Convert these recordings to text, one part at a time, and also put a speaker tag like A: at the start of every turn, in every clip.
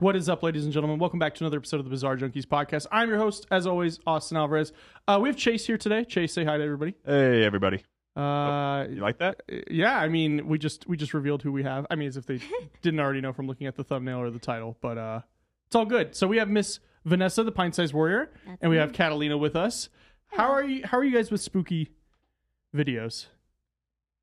A: What is up, ladies and gentlemen? Welcome back to another episode of the Bizarre Junkies podcast. I'm your host, as always, Austin Alvarez. Uh, we have Chase here today. Chase, say hi to everybody.
B: Hey, everybody.
A: Uh,
B: You like that?
A: yeah, I mean, we just we just revealed who we have. I mean, as if they didn't already know from looking at the thumbnail or the title, but uh, it's all good. So we have Miss Vanessa, the pint-sized warrior, and we
C: Mm-hmm.
A: have Catalina with us. How are you? How are you guys with spooky videos?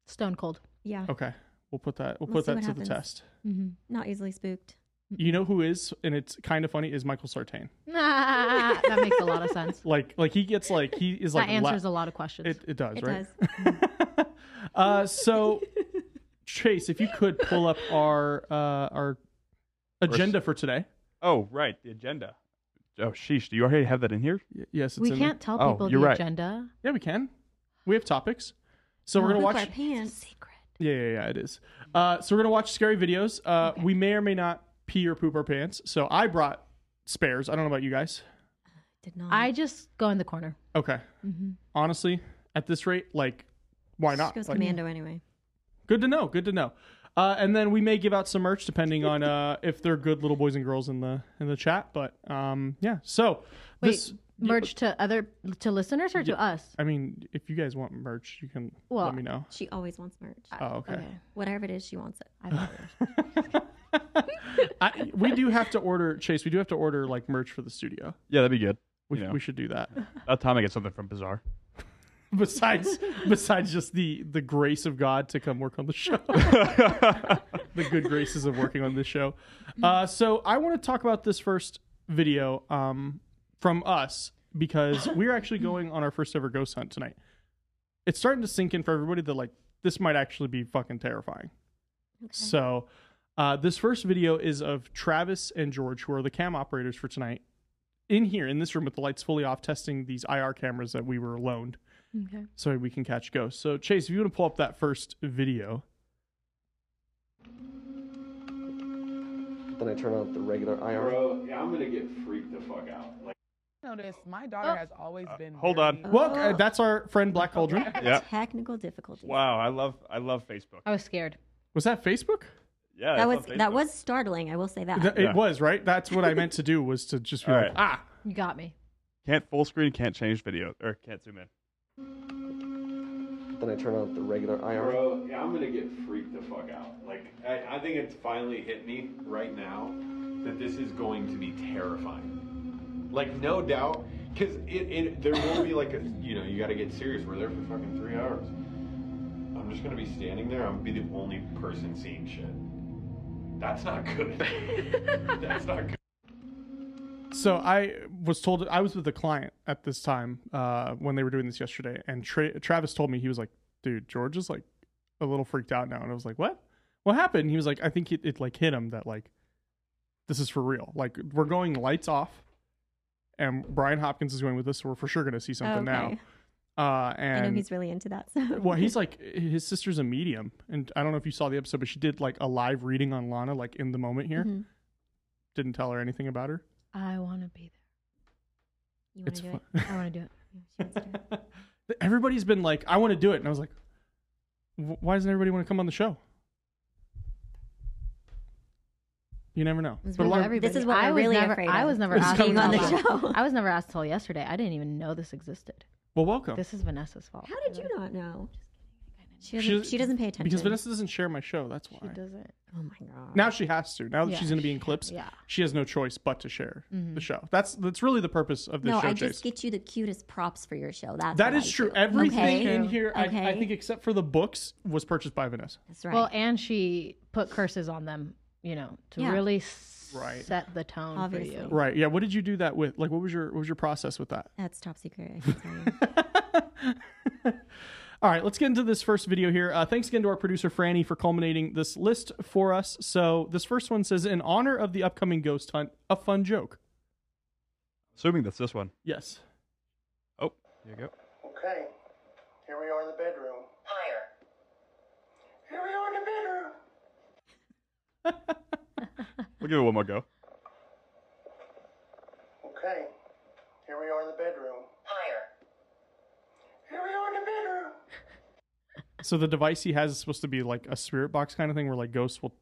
D: Stone cold.
C: Yeah,
A: Okay, we'll put that. We'll,
C: We'll
A: put
C: see
A: that
C: what
A: to
C: happens.
A: the test.
C: not easily spooked.
A: You know who is, and it's kind of funny, is Michael Sartain.
D: Ah, that makes a lot of sense.
A: Like, like he gets like he is like
D: that answers
A: la-
D: a lot of questions.
A: It, it does,
C: It
A: right? uh, so, Chase, if you could pull up our uh, our agenda for today.
B: Oh, right, the agenda. Oh, sheesh. Do you already have that in here?
A: Y- yes, it's
D: we
A: in
D: can't tell
B: Oh,
D: people
B: you're
D: the
B: right.
D: agenda.
A: yeah, we can. We have topics, so we're
D: No,
A: gonna
C: Poop
A: watch.
C: our pants.
D: Secret.
A: Yeah, yeah, yeah. It is. Uh, so we're gonna watch scary videos. Uh, We may or may not pee or poop our pants. So I brought spares. I don't know about you guys.
C: Did not.
D: I just go in the corner.
A: Okay. Honestly, at this rate, like, why
C: She
A: not?
C: goes
A: Like,
C: commando anyway.
A: Good to know. Good to know. Uh, and then we may give out some merch depending on uh, if they're good little boys and girls in the in the chat. But um, yeah. So
D: Wait,
A: this,
D: merge to other to listeners or to us?
A: I mean, if you guys want merch, you can
D: Well,
A: let me know.
C: She always wants merch.
A: Oh, okay.
C: Whatever it is, she wants it.
D: I thought we were-
A: I, we do have to order Chase. We do have to order like merch for the studio.
B: Yeah, that'd be good.
A: We,
B: You know.
A: we should do that.
B: That time I get something from Bizarre.
A: Besides, besides just the the grace of God to come work on the show, the good graces of working on this show. Uh, so I want to talk about this first video um, from us because we're actually going on our first ever ghost hunt tonight. It's starting to sink in for everybody that like this might actually be fucking terrifying. So uh, this first video is of Travis and George, who are the cam operators for tonight, in here in this room with the lights fully off, testing these IR cameras that we were loaned
D: okay.
A: so we can catch ghosts. So Chase, if you want to pull up that first video,
E: Then I turn on the regular IR.
F: Bro, yeah, I'm gonna get freaked the fuck out. Like,
G: notice my daughter
D: Oh.
G: has always been.
B: Uh, hold
G: very-
C: Oh.
B: on.
A: well, uh, that's our friend Black Cauldron.
B: Yeah.
C: Technical difficulties.
B: Wow, I love I love Facebook.
D: I was scared.
A: Was that Facebook?
B: Yeah,
C: That
B: it's
C: was
B: on
C: that
B: Facebook.
C: was startling. I will say that.
A: Th-
B: Yeah.
A: It was right. That's what I meant to do was to just be
B: All
A: like,
B: right.
A: ah,
D: You got me.
B: Can't full screen, can't change video, or can't zoom in.
E: Then I turn on the regular IR.
F: bro, yeah, I'm gonna get freaked the fuck out. Like, I, I think it's finally hit me right now that this is going to be terrifying. Like, no doubt, because it, it there will be like a you know you got to get serious. We're there for fucking three hours. I'm just gonna be standing there. I'm gonna be the only person seeing shit. That's not good. That's not good.
A: So I was told I was with a client at this time uh, when they were doing this yesterday, and Tra- Travis told me he was like, "Dude, George is like a little freaked out now," and I was like, "What? What happened?" And he was like, "I think it, it like hit him that like this is for real. Like we're going lights off, and Brian Hopkins is going with us, so we're for sure gonna see something
C: Oh, okay.
A: now." Uh,
C: I know
A: and
C: he's really into that. So
A: well, he's like his sister's a medium, and I don't know if you saw the episode, but she did like a live reading on Lana, like in the moment here.
C: Mhm.
A: Didn't tell her anything about her.
D: I want to be
C: You wanna
A: It's
C: do
A: fun.
D: there. I want to do it.
C: it? Yeah, she wants to do
A: everybody's been like, I want to do it. And I was like, "Wh- why doesn't everybody want to come on the show? You never know.
D: It's
A: But a
D: really
A: lot of-
D: everybody.
C: This is what
D: I
C: we're
D: was
C: really
D: never,
C: afraid
D: I
C: of,
D: was never
A: is
D: asked
A: coming
D: till
A: on the
D: now.
C: show.
D: I was never asked till yesterday. I didn't even know this existed.
A: well, welcome.
D: This is Vanessa's fault.
C: it. How did you not know? She
A: She-
C: doesn't. She doesn't pay attention.
A: Because Vanessa doesn't share my show. That's why.
D: She doesn't.
C: Oh my god.
A: Now she has to. Now that
D: Yeah,
A: she's going to be in clips,
D: yeah.
A: she has no choice but to share the show. That's that's really the purpose of this
C: no,
A: show,
C: I
A: Chase.
C: just get you the cutest props for your show. That's
A: That
C: what
A: is
C: I
A: true.
C: do.
A: Everything
C: Okay?
A: in here, I, I
C: Okay.
A: think, except for the books, was purchased by Vanessa.
C: That's right.
D: Well, and she put curses on them, you know, to
C: Yeah.
D: really s-
A: Right.
D: set the tone
C: Obviously.
D: for you.
A: Right? Yeah. What did you do that with? Like, what was your what was your process with that?
C: That's top secret. I can tell you.
A: All right, let's get into this first video here. Uh, thanks again to our producer Franny for culminating this list for us. So this first one says, "In honor of the upcoming ghost hunt, a fun joke."
B: Assuming that's this one.
A: Yes.
B: Oh, there you go.
H: Okay, here we are in the bedroom. Higher. Here we are in the bedroom.
B: We'll give it one more go.
H: Okay, here we are in the bedroom. Higher. Here we are in the bedroom.
A: So the device he has is supposed to be like a spirit box kind of thing, where like ghosts will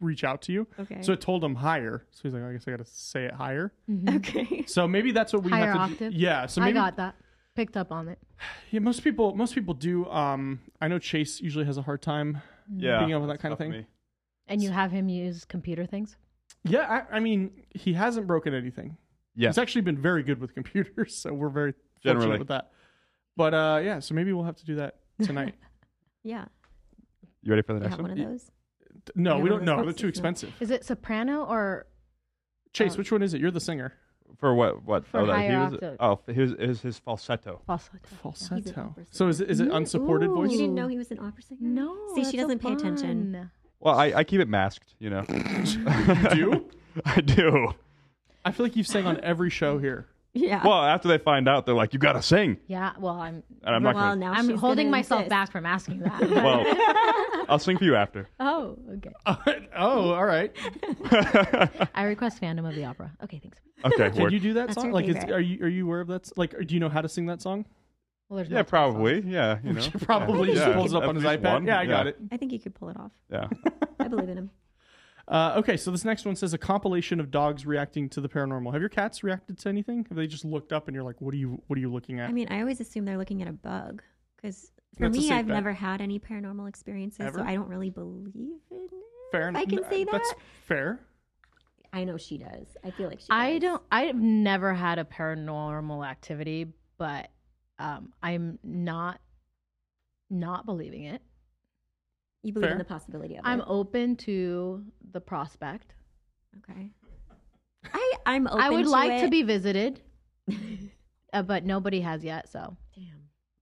A: reach out to you.
C: Okay.
A: So it told him higher. So he's like, I guess I got to say it higher.
C: Okay.
A: So maybe that's what we
D: Higher
A: have to do.
D: octave?
A: Yeah. So maybe
D: I got that. Picked up on it.
A: yeah, most people most people do. Um, I know Chase usually has a hard time.
B: Yeah.
A: Picking up on that
B: that's
A: kind of
B: tough for
A: thing.
B: me.
D: And you have him use computer things?
A: Yeah, I, I mean he hasn't broken anything.
B: Yeah.
A: He's actually been very good with computers, so we're very
B: Generally.
A: fortunate with that. But uh, yeah, so maybe we'll have to do that tonight.
C: Yeah.
B: You ready for the
C: You
B: next
C: have one of those.
A: no,
C: Yeah,
A: we
C: one
A: don't
C: of those
A: know. They're
C: boxes,
A: too
C: no.
A: expensive.
D: Is it soprano or
C: Um,
A: Chase, which one is it? You're the singer.
B: For what? What?
D: For
B: that he
D: higher
B: was.
D: octave.
B: Oh, f- his his his falsetto.
D: falsetto?
C: He's an
A: Falsetto.
C: opera
A: So is it is it unsupported
D: Ooh.
A: voice?
C: You didn't know he was an opera singer?
D: No.
C: See,
D: that's
C: she
D: so
C: doesn't pay attention.
D: fun.
B: Well, I, I keep it masked, you know.
A: You do?
B: I do.
A: I feel like you've sang on every show here.
C: Yeah.
B: Well, after they find out, they're like, "You gotta sing,"
D: Yeah, well, I'm
B: and I'm not
C: Well,
B: gonna.
C: now Oh, she's
D: I'm
C: gonna
D: holding myself
C: insist.
D: back from asking that.
B: Well, I'll sing for you after.
D: oh, okay.
A: oh, all right.
D: I request Phantom of the Opera. Okay, thanks.
B: Okay.
A: Can
B: word.
A: you do that
C: That's
A: song?
C: her
A: Like, is,
C: favorite.
A: are you are you aware of that? s- Like, do you know how to sing that song?
D: Well, there's
B: yeah,
D: multiple songs.
B: probably. Yeah, you know.
A: Probably
B: Yeah.
A: just
B: Yeah.
A: pulls it up
B: At
A: on his
B: least
A: iPad.
B: one.
A: Yeah, I got
B: Yeah.
A: it.
C: I think he could pull it off.
B: Yeah.
C: I believe in him.
A: Uh, okay, so this next one says a compilation of dogs reacting to the paranormal. Have your cats reacted to anything? Have they just looked up and you're like, what are you what are you looking at?
C: I mean, I always assume they're looking at a bug because for
A: That's a
C: me,
A: safe
C: I've
A: bet.
C: never had any paranormal experiences,
A: Ever?
C: so I don't really believe in it.
A: fair
C: I can say
A: That's
C: that.
A: fair.
C: I know she does. I feel like she.
D: I
C: does.
D: don't. I've never had a paranormal activity, but um, I'm not not believing it.
C: You believe
A: Fair.
C: in the possibility of
D: I'm
C: it.
D: open to the prospect.
C: Okay. I I'm open.
D: I would
C: to
D: like to
C: it.
D: be visited, uh, but nobody has yet. So
C: Damn.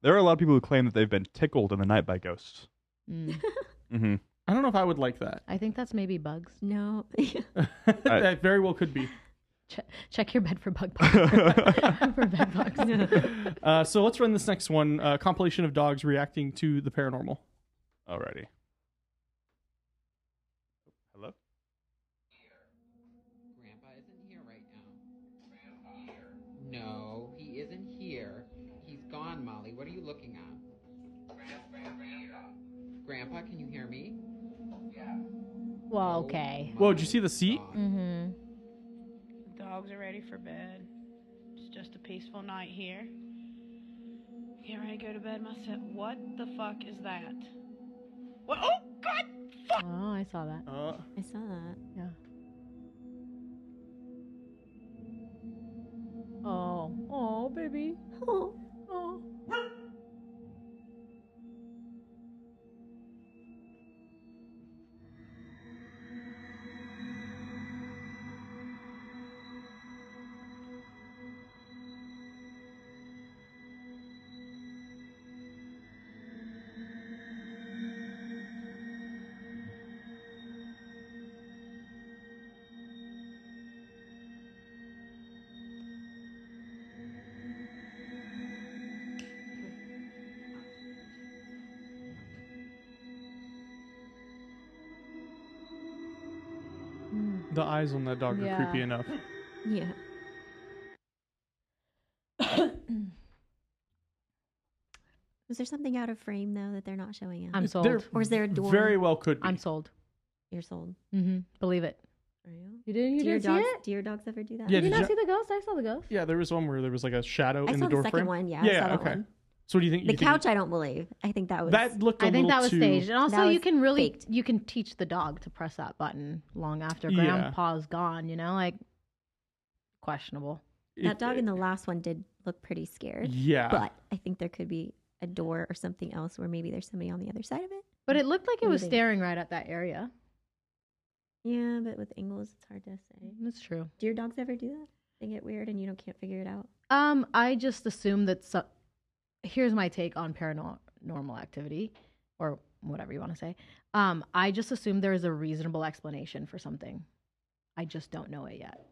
B: There are a lot of people who claim that they've been tickled in the night by ghosts.
D: mm.
B: Mm-hmm.
A: I don't know if I would like that.
D: I think that's maybe bugs.
C: No.
A: that very well could be.
D: Che- check your bed for bug bugs. for bed bugs.
A: Uh, so let's run this next one. Uh, compilation of dogs reacting to the paranormal.
B: Alrighty. Hello.
G: Grandpa isn't here right now. No, he isn't here. He's gone, Molly. What are you looking at? Grandpa, can you hear me?
D: Well, okay.
A: Whoa, did you see the seat?
D: hmm
I: The dogs are ready for bed. It's just a peaceful night here. Getting ready to go to bed myself. What the fuck is that? What? Oh, God! Fuck!
D: Oh, I saw that.
A: Uh,
C: I saw that.
D: Yeah. Oh, oh, baby.
C: Oh,
D: Oh.
A: the eyes on that dog are
D: Yeah.
A: creepy enough.
C: yeah. Was there something out of frame though that they're not showing us?
D: I'm sold.
A: They're-
C: or is there a door?
A: Very well could be.
D: I'm sold.
C: You're sold.
D: Mm-hmm. Believe it.
C: Are you?
D: You didn't?
C: do your dogs?
D: it?
C: Do your dogs ever do that?
A: Yeah,
D: Did you
A: did
D: not
A: you-
D: see the ghost? I saw the ghost.
A: yeah, there was one where there was like a shadow
C: I
A: in
C: saw
A: the door
C: the second
A: frame.
C: one. Yeah, I
A: yeah,
C: saw that
A: okay.
C: one.
A: So what do you think?
C: The
A: you think-
C: couch, I don't believe. I think that was
A: that looked. a
D: I think
A: little
D: that was
A: too...
D: staged. And also,
C: That
D: you
C: was
D: can really
C: faked.
D: you can teach the dog to press that button long after
A: Yeah.
D: grandpa's gone. You know, like questionable.
C: that dog in the last one did look pretty scared.
A: Yeah.
C: But I think there could be a door or something else where maybe there's somebody on the other side of it.
D: But it looked like
C: What
D: it
C: do
D: was
C: you think?
D: staring right at that area.
C: Yeah, but with angles, it's hard to say.
D: That's true.
C: Do your dogs ever do that? They get weird and you don't can't figure it out.
D: Um, I just assume that. So- Here's my take on paranormal activity, or whatever you want to say. Um, I just assume there is a reasonable explanation for something. I just don't know it yet.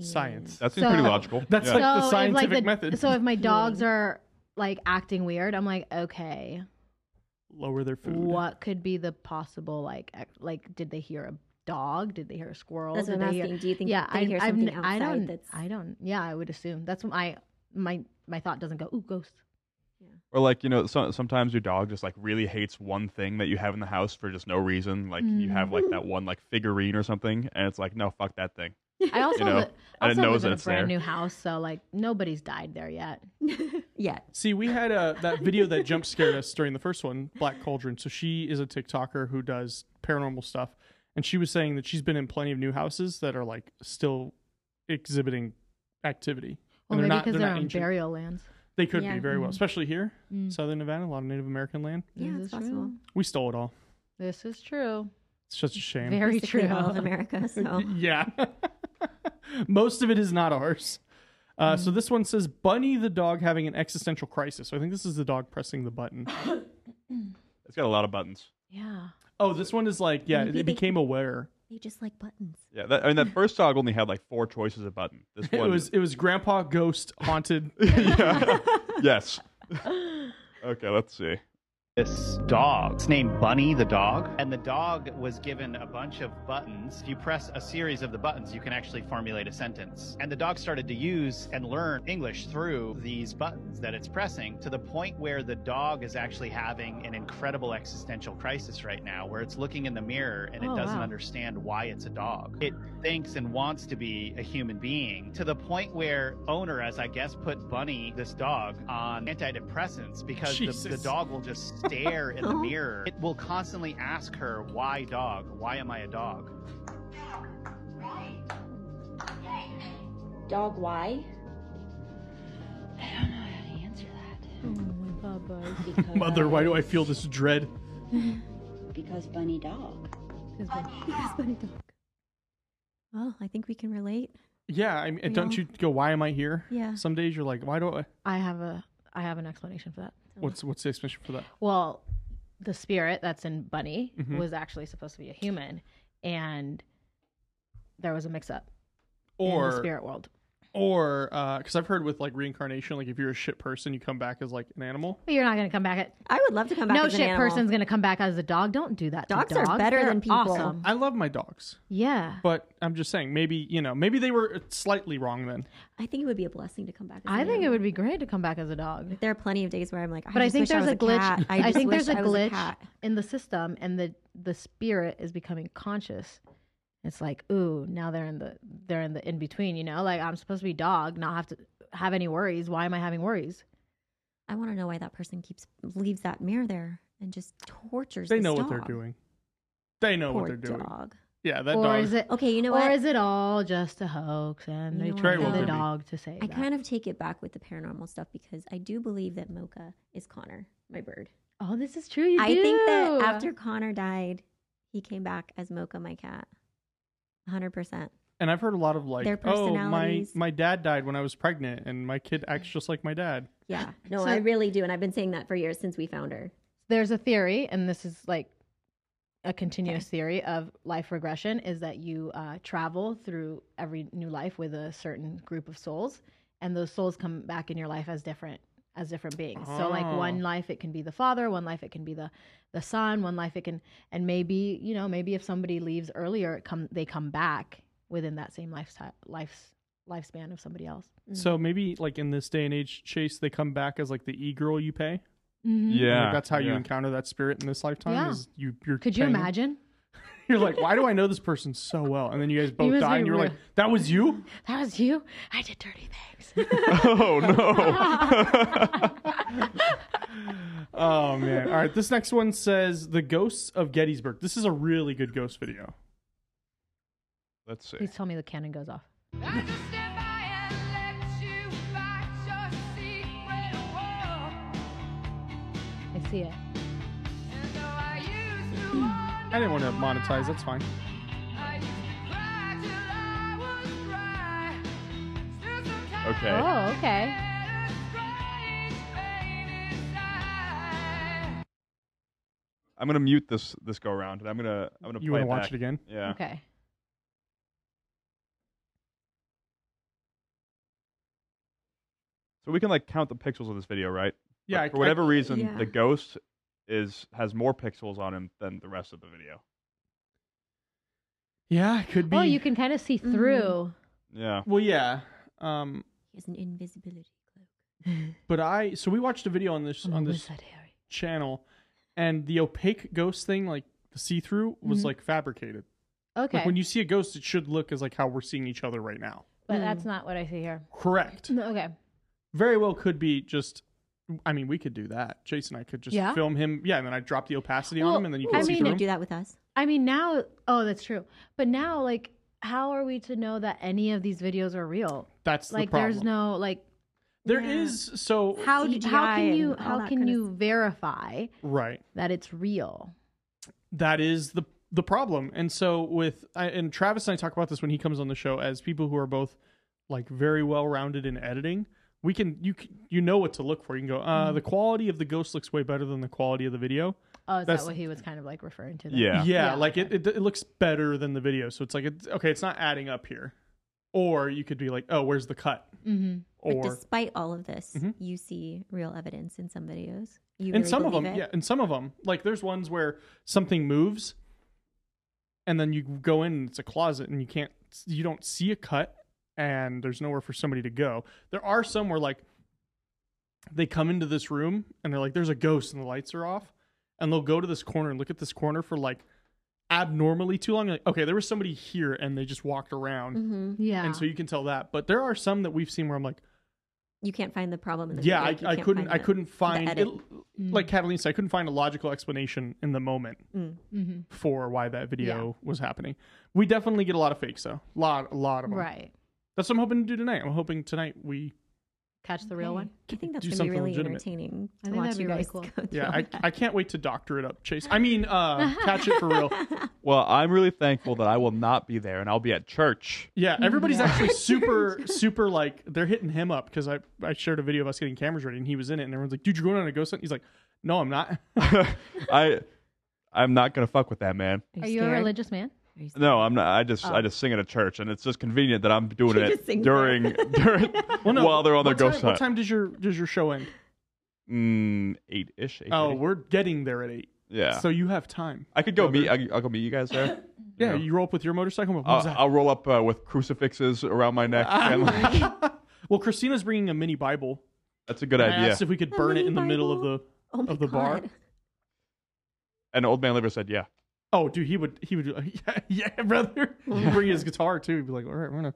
A: Science.
B: That seems pretty
D: So-
B: logical.
A: That's
B: yeah.
A: like- the
D: if,
A: scientific
D: the-
A: method.
D: So if my dogs
C: Yeah.
D: are like acting weird, I'm like, okay,
A: lower their food.
D: what could be the possible like ex- like did they hear a dog? Did they hear a squirrel?
C: That's what
D: did
C: I'm
D: they hear-
C: asking. Do you think
D: yeah,
C: they
D: I,
C: hear
D: I've
C: something
D: n-
C: outside
D: I don't.
C: that's
D: I don't. Yeah, I would assume that's what my my my thought doesn't go. Ooh, ghost.
C: Yeah.
B: Or like you know, so, sometimes your dog just like really hates one thing that you have in the house for just no reason. Like you have like that one like figurine or something, and it's like no, fuck that thing.
D: I also,
B: You know,
D: li-
B: and it
D: also
B: knows
D: live in
B: that
D: a
B: it's there.
D: brand new house, so like nobody's died there yet.
C: Yeah.
A: See, we had uh that video that jump scared us during the first one, Black Cauldron. So she is a TikToker who does paranormal stuff, and she was saying that she's been in plenty of new houses that are like still exhibiting activity.
D: Well,
A: and
D: maybe
A: they're not, they're
D: because they're,
A: not
D: on
A: ancient.
D: burial lands.
A: They could
C: Yeah.
A: be very well,
D: Mhm.
A: especially here,
D: Mm.
A: Southern Nevada, a lot of Native American land.
C: Yeah,
D: This
C: it's
D: is
C: possible.
D: true.
A: We stole it all.
D: This is true.
A: It's such a shame.
D: Very
C: Basically
D: true.
C: All of America. So
A: Y- Yeah. Most of it is not ours. Uh,
D: Mm.
A: So this one says Bunny the dog having an existential crisis. So I think this is the dog pressing the button.
B: It's got a lot of buttons.
D: Yeah.
A: Oh, this one is like, yeah, it,
C: Maybe
A: it
C: they-
A: became aware.
C: they just like buttons.
B: Yeah, that, I mean that first dog only had like four choices of button. This
A: It
B: one
A: was it was Grandpa Ghost haunted.
B: yeah. yes.
D: Oh
B: okay, let's see.
A: Mm-hmm.
J: this dog. It's named Bunny the dog. And the dog was given a bunch of buttons. If you press a series of the buttons, you can actually formulate a sentence. And the dog started to use and learn English through these buttons that it's pressing to the point where the dog is actually having an incredible existential crisis right now, where it's looking in the mirror and
D: Oh,
J: it doesn't
D: wow.
J: understand why it's a dog. It thinks and wants to be a human being to the point where owner, as I guess, put Bunny, this dog, on antidepressants because the, the
A: Jesus.
J: dog dog will just stare in the
C: Oh.
J: mirror. It will constantly ask her, Why dog? Why am I a dog?
K: Dog, why?
I: I don't know how to answer that.
K: Because,
A: Mother, why do I feel this dread?
K: Because bunny dog.
C: Yes, bunny dog. Well, I think we can relate.
A: Yeah, I mean,
C: We
A: don't
C: all-
A: you go? Why am I here?
C: Yeah.
A: Some days you're like, why do I?
D: I have a I have an explanation for that.
A: What's what's the explanation for that?
D: Well, the spirit that's in Bunny
A: Mhm.
D: was actually supposed to be a human, and there was a mix up in the
A: Or
D: spirit world.
A: or because I've heard with like reincarnation, like if you're a shit person, you come back as like an animal.
D: But you're not gonna come back at
C: I would love to come back.
D: no
C: as an
D: shit
C: animal.
D: person's gonna come back as a dog. Don't do that. to
C: Dogs are
D: dogs
C: better
D: They're
C: than people.
D: Awesome.
A: I love my dogs,
D: Yeah.
A: but I'm just saying maybe you know maybe they were slightly wrong then.
C: I think it would be a blessing to come back. As
D: I
C: an
D: think it
C: animal.
D: would be great to come back as a dog.
C: There are plenty of days where I'm like,
D: But I,
C: just
D: think
C: wish
D: there's
C: was
D: a glitch.
C: cat. I, just
D: think
C: wish
D: there's a
C: I was
D: glitch
C: cat.
D: in the system, and the the spirit is becoming conscious. It's like, ooh, now they're in the they're in the in between. You know, like I'm supposed to be dog, not have to have any worries. Why am I having worries?
C: I want to know why that person keeps leaves that mirror there and just tortures.
A: They
C: this
A: know what
C: dog.
A: they're doing. They know
C: Poor
A: what they're doing.
C: dog.
A: Yeah, that
D: or
A: dog.
D: is it
C: Okay, you know
D: or
C: what?
D: is it all just a hoax and
C: You
D: they
C: know
D: tricked
A: what,
D: the
A: though?
D: dog to say
C: I
D: that?
C: kind of take it back with the paranormal stuff because I do believe that Mocha is Connor, my bird.
D: oh, this is true. You
C: I think that
D: do.
C: after Connor died, he came back as Mocha, my cat. 100%.
A: and I've heard a lot of like,
C: Their
A: oh, my
C: personalities.
A: my dad died when I was pregnant, and my kid acts
D: Mm.
A: just like my dad.
C: Yeah. No,
D: So-
C: I really do. And I've been saying that for years since we found her.
D: there's a theory, and this is like a continuous theory of life regression is that you uh, travel through every new life with a certain group of souls, and those souls come back in your life as different as different beings. So like
A: Oh.
D: one life it can be the father, one life it can be the the son, one life it can and maybe you know maybe if somebody leaves earlier, it come they come back within that same lifestyle life's lifespan of somebody else.
A: So maybe like in this day and age, Chase, they come back as like the e girl you pay.
B: Yeah,
A: Like, that's how you
B: yeah.
A: encounter that spirit in this lifetime.
D: Yeah.
A: Is you you're
D: Could you
A: paying-
D: imagine?
A: You're like, why do I know this person so well? And then you guys both
D: must
A: die,
D: be
A: and you're
D: real-
A: like, that was you.
D: That was you. I did dirty things.
B: Oh no.
A: Oh man! All right, this next one says the ghosts of Gettysburg. This is a really good ghost video.
B: let's see.
D: Please tell me the cannon goes off. I see it.
A: I didn't want to monetize. That's fine.
B: Okay.
D: Oh, okay.
B: I'm gonna mute this this go around, and I'm gonna I'm gonna
A: You want
B: play
A: to watch
B: back.
A: it again?
B: Yeah.
D: Okay.
B: So we can like count the pixels of this video, right?
A: Yeah,
B: But
A: I-
B: for whatever reason,
C: Yeah.
B: the ghost is has more pixels on him than the rest of the video.
A: Yeah, it could be.
D: Oh, you can kind of see through.
B: Yeah.
A: Well, yeah. Um,
C: He has an invisibility cloak.
A: but I so we watched a video on this
D: I'm a
A: on this
D: wizard,
A: channel, and the opaque ghost thing, like the see through, was
D: Mhm.
A: like fabricated.
D: Okay.
A: Like when you see a ghost, it should look as like how we're seeing each other right now.
D: But that's not what I see here.
A: Correct.
D: No, okay.
A: Very well could be just. I mean, we could do that. Jason, I could just
D: Yeah?
A: film him. Yeah, and then I drop the opacity on
D: Well,
A: him, and then you
D: I
A: can see
D: mean,
A: through
D: you
A: him.
D: do
C: that with us.
D: I mean, now, oh, that's true. But now, like, how are we to know that any of these videos are real?
A: That's the
D: like, there's
A: problem.
D: no like.
A: There is so
D: How d- how
C: CGI
D: can
C: and
D: you
C: all
D: how
C: that
D: can
C: kinda
D: you verify
A: right.
D: that it's real?
A: that is the the problem. And so with I, and Travis and I talk about this when he comes on the show as people who are both like very well rounded in editing. We can you c- you know what to look for. You can go. Uh, The quality of the ghost looks way better than the quality of the video.
D: Oh, is
A: That's-
D: that what he was kind of like referring to? There?
A: yeah, like it, it it looks better than the video. So it's like it's, okay, it's not adding up here. Or you could be like, oh, where's the cut?
C: Mhm.
A: Or
C: but despite all of this,
A: Mhm.
C: you see real evidence in some videos.
A: and
C: You really
A: some of them,
C: believe it.
A: yeah, and some of them, like there's ones where something moves, and then you go in, and it's a closet, and you can't, you don't see a cut, and there's nowhere for somebody to go. There are some where like they come into this room and they're like, "There's a ghost," and the lights are off, and they'll go to this corner and look at this corner for like abnormally too long. Like, okay, there was somebody here, and they just walked around,
D: Mm-hmm.
C: Mhm.
A: and so you can tell that. But there are some that we've seen where I'm like
C: you can't find the problem in the
A: yeah,
C: video. Like, you
A: I, I
C: can't
A: couldn't.
C: find
A: I
C: the-
A: couldn't
C: the
A: find
C: edit.
A: it, like Catalina said. I couldn't find a logical explanation in the moment
C: Mm.
D: Mhm.
A: for why that video was happening. We definitely get a lot of fakes though. Lot, a lot of them.
D: Right.
A: That's what I'm hoping to do tonight. I'm hoping tonight we.
D: Catch the real
C: Okay.
D: one.
C: I think that's
A: do
C: going to be
A: something
C: really
A: legitimate.
C: entertaining
D: I
C: to
D: think
C: watch
D: that'd be
C: you
D: really
C: guys
D: cool.
C: go through
A: Yeah,
C: all
A: I,
C: that.
A: I can't wait to doctor it up, Chase. I mean, uh, catch it for real.
B: Well, I'm really thankful that I will not be there and I'll be at church.
A: Yeah, everybody's actually super, super like they're hitting him up because I I shared a video of us getting cameras ready and he was in it and everyone's like, dude, you're going on a ghost hunt. He's like, no, I'm not.
B: I I'm not gonna fuck with that, man.
D: Are you a religious man?
B: No, I'm not. I just
D: Oh.
B: I just sing at a church, and it's just convenient that I'm doing
D: She just
B: it
D: sings
B: during during
A: Well, no.
B: while they're on their
A: what time,
B: ghost
A: What
B: hunt.
A: time does your does your show end?
B: Mm, eight ish.
A: Oh, we're getting there at eight.
B: Yeah.
A: So you have time.
B: I could go meet. I, I'll go meet you guys there.
A: Yeah,
B: know.
A: you roll up with your motorcycle. What was
B: I'll,
A: that? Oh
B: I'll roll up uh, with crucifixes around my neck. and, like,
A: Well, Christina's bringing a mini Bible.
B: that's a good
A: And I
B: idea.
A: asked if we could burn it in the middle of the
C: Oh my
A: of the bar.
C: God.
B: and old man liver said, "Yeah,
A: Oh, dude, he would he would yeah, yeah brother. He'd bring his guitar too. He'd be like, all right, we're gonna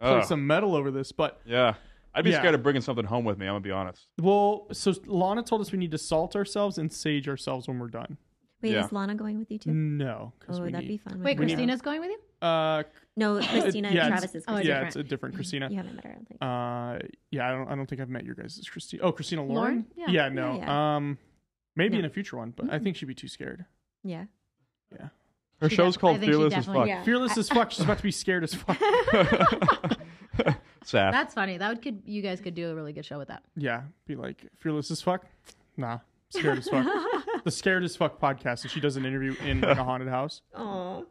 A: play
B: Ugh.
A: some metal over this. But
B: Oh, yeah." I'd be
A: Yeah.
B: scared of bringing something home with me. I'm gonna be honest.
A: well, so Lana told us we need to salt ourselves and sage ourselves when we're done.
C: Wait,
B: Yeah.
C: is Lana going with you too?
A: No, 'cause
C: Oh,
A: Mm, we
C: that'd
A: need-
C: be fun. with
D: Wait,
C: Lana.
D: Christina's going with you?
A: Uh,
C: No,
A: it-
C: Christina and
A: yeah, it's-
C: Travis's
D: Oh, it's
A: yeah,
D: different.
A: it's a different Christina.
C: You haven't met her. I don't think.
A: Uh, yeah, I don't. I don't think I've met your guys. It's Christina. Oh, Christina Lauren.
D: Lauren?
A: Yeah.
D: Yeah.
A: no.
C: Yeah, yeah.
A: Um, maybe
C: No.
A: in a future one, but I think she'd be too scared.
C: Yeah.
A: Yeah.
B: Her
D: She
B: show's
D: def- I
B: called
D: think she
B: Fearless as
D: definitely-
B: fuck.
D: yeah.
A: Fearless as fuck. She's about to be scared as fuck.
B: Saf.
D: That's funny. That would could you guys could do a really good show with that.
A: Yeah, be like fearless as fuck. Nah, scared as fuck. the scared as fuck podcast, and she does an interview in like, a haunted house.
C: Oh.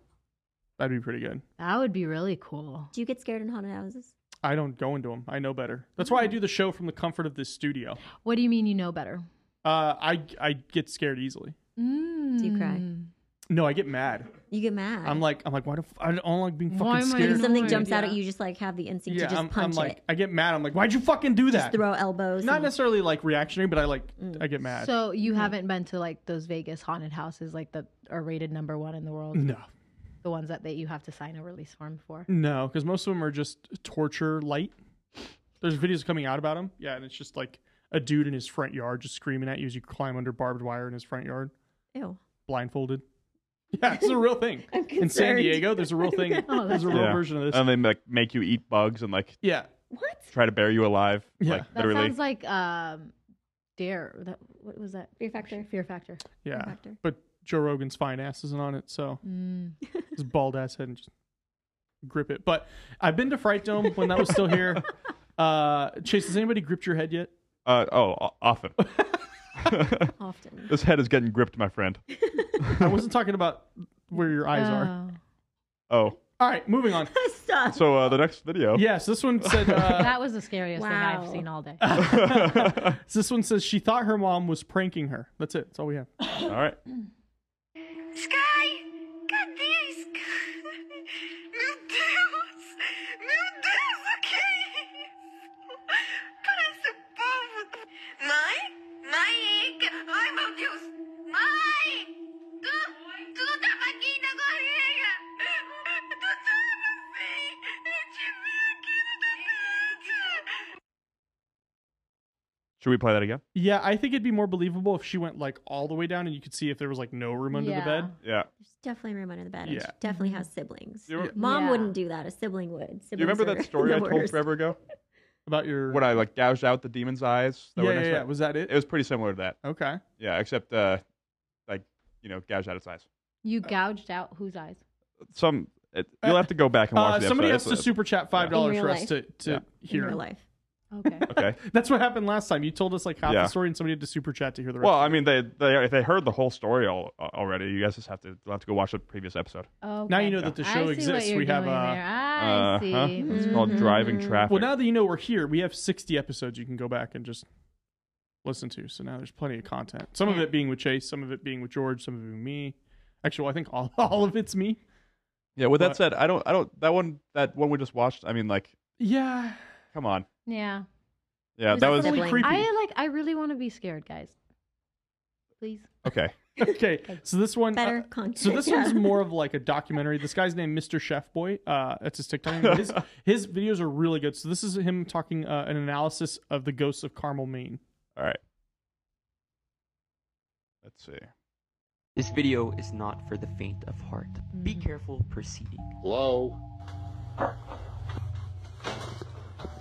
A: That'd be pretty good.
D: That would be really cool.
C: Do you get scared in haunted houses?
A: I don't go into them. I know better. That's why I do the show from the comfort of this studio.
D: What do you mean you know better?
A: Uh, I I get scared easily.
D: Mm.
C: Do you cry?
A: Hmm. No, I get mad.
C: You get mad.
A: I'm like I'm like why the f- I don't like being fucking
D: Why am I
A: scared.
C: if something
D: annoyed,
C: jumps out at
D: yeah.
C: you, just like have the instinct
A: Mm, yeah,
C: to just
A: I'm, I'm
C: punch
A: like
C: it,
A: I get mad. I'm like why'd you fucking do
C: just
A: that?
C: throw elbows.
A: Not
C: and-
A: necessarily like reactionary, but I like I get mad.
D: So you haven't been to like those Vegas haunted houses like that are rated number one in the world?
A: no,
D: The ones that they, you have to sign a release form for.
A: No, because most of them are just torture light. There's videos coming out about them. Yeah, and it's just like a dude in his front yard just screaming at you as you climb under barbed wire in his front yard,
C: Ew.
A: blindfolded. Yeah, it's a real thing.
C: I'm
A: in San
C: concerned.
A: Diego, there's a real thing.
D: Oh,
A: there's a real version of this.
B: And they like make you eat bugs and like
A: yeah.
C: What?
B: try to bury you alive.
A: Yeah.
B: Like
D: That
B: literally.
D: sounds like um, Dare. That, what was that?
C: Fear factor.
D: Fear Factor.
A: Yeah.
C: Factor.
A: But Joe Rogan's fine ass isn't on it, so
D: Mm.
A: his bald ass head and just grip it. But I've been to Fright Dome when that was still here. Uh, Chase, has anybody gripped your head yet?
B: uh, oh, o- often.
C: Often.
B: this head is getting gripped, my friend.
A: I wasn't talking about where your eyes are.
B: Oh,
A: All right, moving on.
C: Stop.
B: so uh, the next video.
A: Yes, this one said. Uh,
D: Oh. that was the scariest thing I've
C: Wow.
D: seen all day.
A: so this one says she thought her mom was pranking her. That's it. That's all we have.
B: All right.
H: Sky! Got these! Meu Deus! Meu Deus, o que é isso? Parece povo
B: Should we play that again?
A: Yeah, I think it'd be more believable if she went like all the way down and you could see if there was like no room under
C: Yeah.
A: the bed.
B: Yeah.
C: There's definitely room under the bed. and
A: Yeah.
C: She definitely has siblings.
B: You remember-
C: Mom
B: Yeah.
C: wouldn't do that. A sibling would. Siblings
B: Do you remember
C: are
B: that story
C: the
B: I told
C: worst.
B: forever ago?
A: About your
B: when I like gouged out the demon's eyes.
A: Yeah,
B: were
A: yeah,
B: next to
A: yeah. Was that it?
B: It was pretty similar to that.
A: Okay.
B: Yeah, except uh like you know gouged out its eyes.
D: You gouged out whose eyes?
B: Some it, you'll have to go back and watch.
A: Uh,
B: the
A: somebody
B: episode.
A: has to
B: It's-
A: super chat five
B: yeah.
A: dollars
D: real
A: for us
D: life.
A: to to
B: Yeah.
A: hear.
D: Okay.
B: Okay.
A: That's what happened last time. You told us like half
B: Yeah.
A: the story, and somebody had to super chat to hear the rest.
B: Well, I mean, they they they heard the whole story all, already. You guys just have to you'll have to go watch the previous episode.
D: Okay.
A: Now you know that the
D: I
A: show
D: see what
A: exists.
D: you're
A: We have,
D: doing
A: uh,
D: there. I see. Mm-hmm.
B: uh-huh. It's called Driving Traffic.
A: Well, now that you know we're here, we have sixty episodes you can go back and just listen to. So now there's plenty of content. Some of it being with Chase, some of it being with George, some of it being me. Actually, well, I think all, all of it's me.
B: Yeah. With that
A: But-
B: said, I don't I don't that one that one we just watched. I mean, like,
A: Yeah.
B: come on.
D: Yeah.
B: Yeah,
D: It's
B: that was
D: definitely I uh, like. I really want to be scared, guys. Please.
B: okay.
A: okay, so this one
D: Better
A: uh,
D: content.
A: So this one's more of like a documentary. This guy's named Mr. Chef Boy. Uh, that's his TikTok name. His, his videos are really good. So this is him talking uh, an analysis of the ghosts of Carmel, Maine.
B: All right. Let's see.
L: This video is not for the faint of heart. Be careful proceeding. Hello?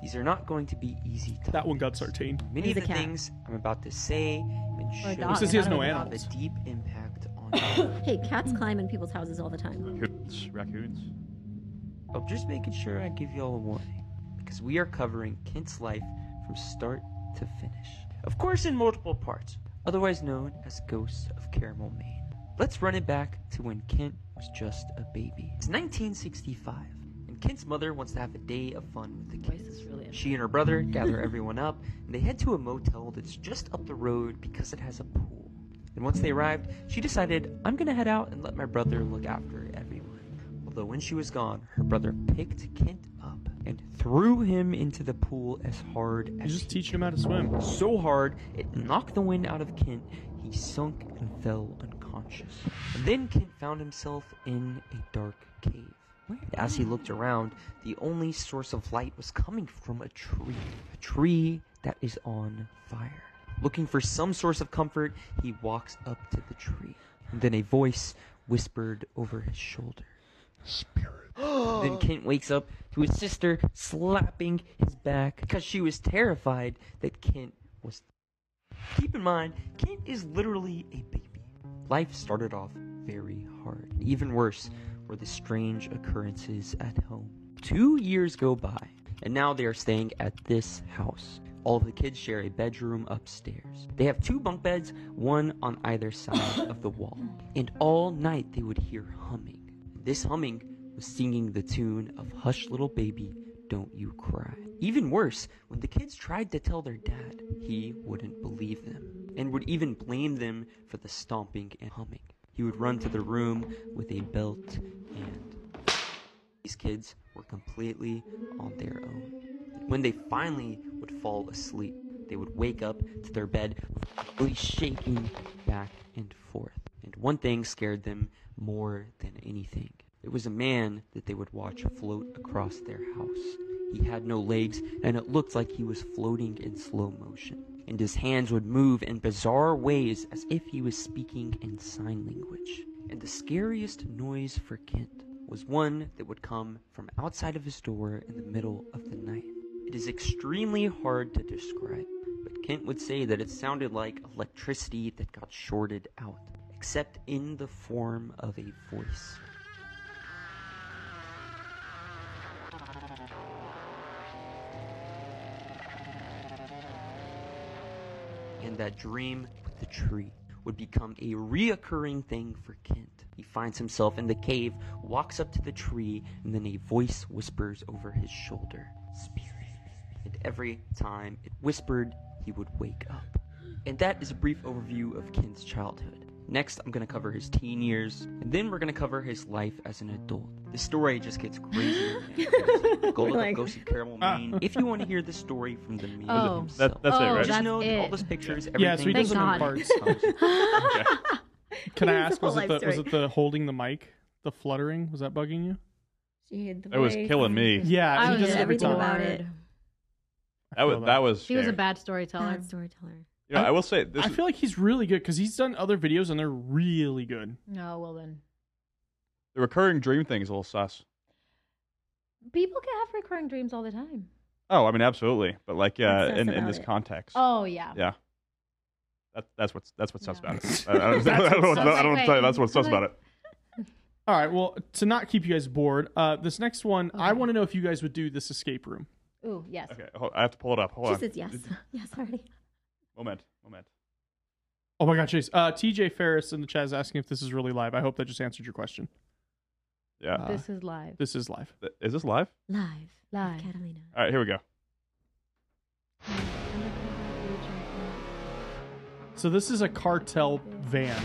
L: These are not going to be easy to
A: That one got sartain.
L: Many
A: He's
L: of
A: a
L: the
A: cat.
L: things I'm about to say and
C: Or a
L: show
C: dog. He says he has no
L: have
C: animals.
L: a deep impact on
C: Hey, cats climb in people's houses all the time.
B: Raccoons. Raccoons.
L: I'm just making sure I give y'all a warning because we are covering Kent's life from start to finish. Of course, in multiple parts, otherwise known as Ghosts of Caramel, Maine. Let's run it back to when Kent was just a baby. It's 1965, and Kent's mother wants to have a day of fun with the kids. She and her brother gather everyone up, and they head to a motel that's just up the road because it has a pool. And once they arrived, she decided, I'm gonna head out and let my brother look after everyone. Although when she was gone, her brother picked Kent up and threw him into the pool as hard as
A: just teaching him how to swim.
L: So hard it knocked the wind out of Kent. He sunk and fell unconscious. And then Kent found himself in a dark cave. And as he looked around, the only source of light was coming from a tree. A tree that is on fire. Looking for some source of comfort, he walks up to the tree. And then a voice whispered over his shoulder. then Kent wakes up to his sister slapping his back because she was terrified that Kent was. Keep in mind, Kent is literally a baby. Life started off very hard. Even worse were the strange occurrences at home. Two years go by, and now they are staying at this house. All of the kids share a bedroom upstairs. They have two bunk beds, one on either side of the wall. And all night they would hear humming. This humming was singing the tune of Hush Little Baby, Don't You Cry. Even worse, when the kids tried to tell their dad, he wouldn't believe them and would even blame them for the stomping and humming. He would run to the room with a belt and. These kids were completely on their own. When they finally would fall asleep, they would wake up to their bed, really shaking back and forth. And one thing scared them more than anything. It was a man that they would watch float across their house. He had no legs, and it looked like he was floating in slow motion. And his hands would move in bizarre ways as if he was speaking in sign language. And the scariest noise for Kent was one that would come from outside of his door in the middle of the night. It is extremely hard to describe, but Kent would say that it sounded like electricity that got shorted out, except in the form of a voice. and that dream with the tree would become a reoccurring thing for Kent. He finds himself in the cave, walks up to the tree, and then a voice whispers over his shoulder. Spirit. And every time it whispered, he would wake up. And that is a brief overview of Kent's childhood. Next, I'm going to cover his teen years, and then we're going to cover his life as an adult. The story just gets crazier. and crazier. Go
C: We're
L: look
C: like-
L: up Ghost of Caramel,
C: Ah.
L: Maine if you want to hear the story from the man
D: Oh.
L: himself.
D: That- that's it, Oh, right?
L: Just
D: that's
L: know that all
D: it.
L: those pictures, everything.
A: Yeah, so he does them in parts. Can I
C: Here's the
A: ask? Was
C: whole
A: it the
C: life
A: was
C: story.
A: it the holding the mic, the fluttering? Was that bugging you?
C: She hid the
B: It was
C: voice.
B: killing me.
A: Yeah,
C: I
A: he
C: was
A: does it every
C: everything
A: time.
C: about it.
B: That was that was
D: He was a
B: scary.
D: bad storyteller.
C: Bad storyteller.
B: You know, I, will say this.
A: I
B: is-
A: feel like he's really good because he's done other videos and they're really good.
D: No, well then,
B: the recurring dream thing is a little sus.
D: people can have recurring dreams all the time.
B: Oh, I mean, absolutely, but like, yeah,
D: sus
B: in in
D: about
B: this
D: it?
B: context.
D: Oh yeah.
B: Yeah. That, that's what's that's what's sus about it. I, I don't,
A: That's
B: I don't,
A: what's
B: I
A: sus.
B: don't want to tell you. That's what's sus about it.
A: All right. Well, to not keep you guys bored, uh, this next one, I want to know if you guys would do this escape room.
D: Ooh, yes.
B: Okay, hold, I have to pull it up. Hold
C: she
B: on.
C: says yes. Yes, already.
B: Moment, moment.
A: Oh my God, Chase. Uh, TJ Ferris in the chat is asking if this is really live. I hope that just answered your question.
B: Yeah.
A: Uh,
D: This is live.
A: This is live.
B: Th- Is this live?
C: Live.
D: Live.
C: Catalina.
B: All right, here we go.
A: So this is a cartel van.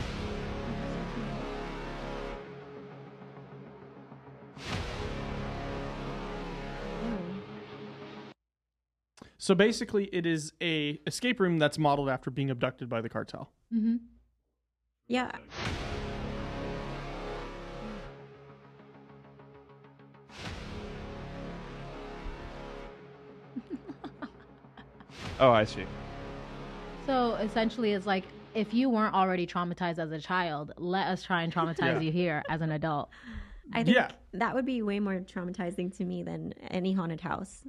A: So basically, it is a escape room that's modeled after being abducted by the cartel.
C: Mm-hmm. Yeah.
B: Oh, I see.
D: So essentially, it's like if you weren't already traumatized as a child, let us try and traumatize
C: Yeah.
D: you here as an adult.
C: I think that would be way more traumatizing to me than any haunted house.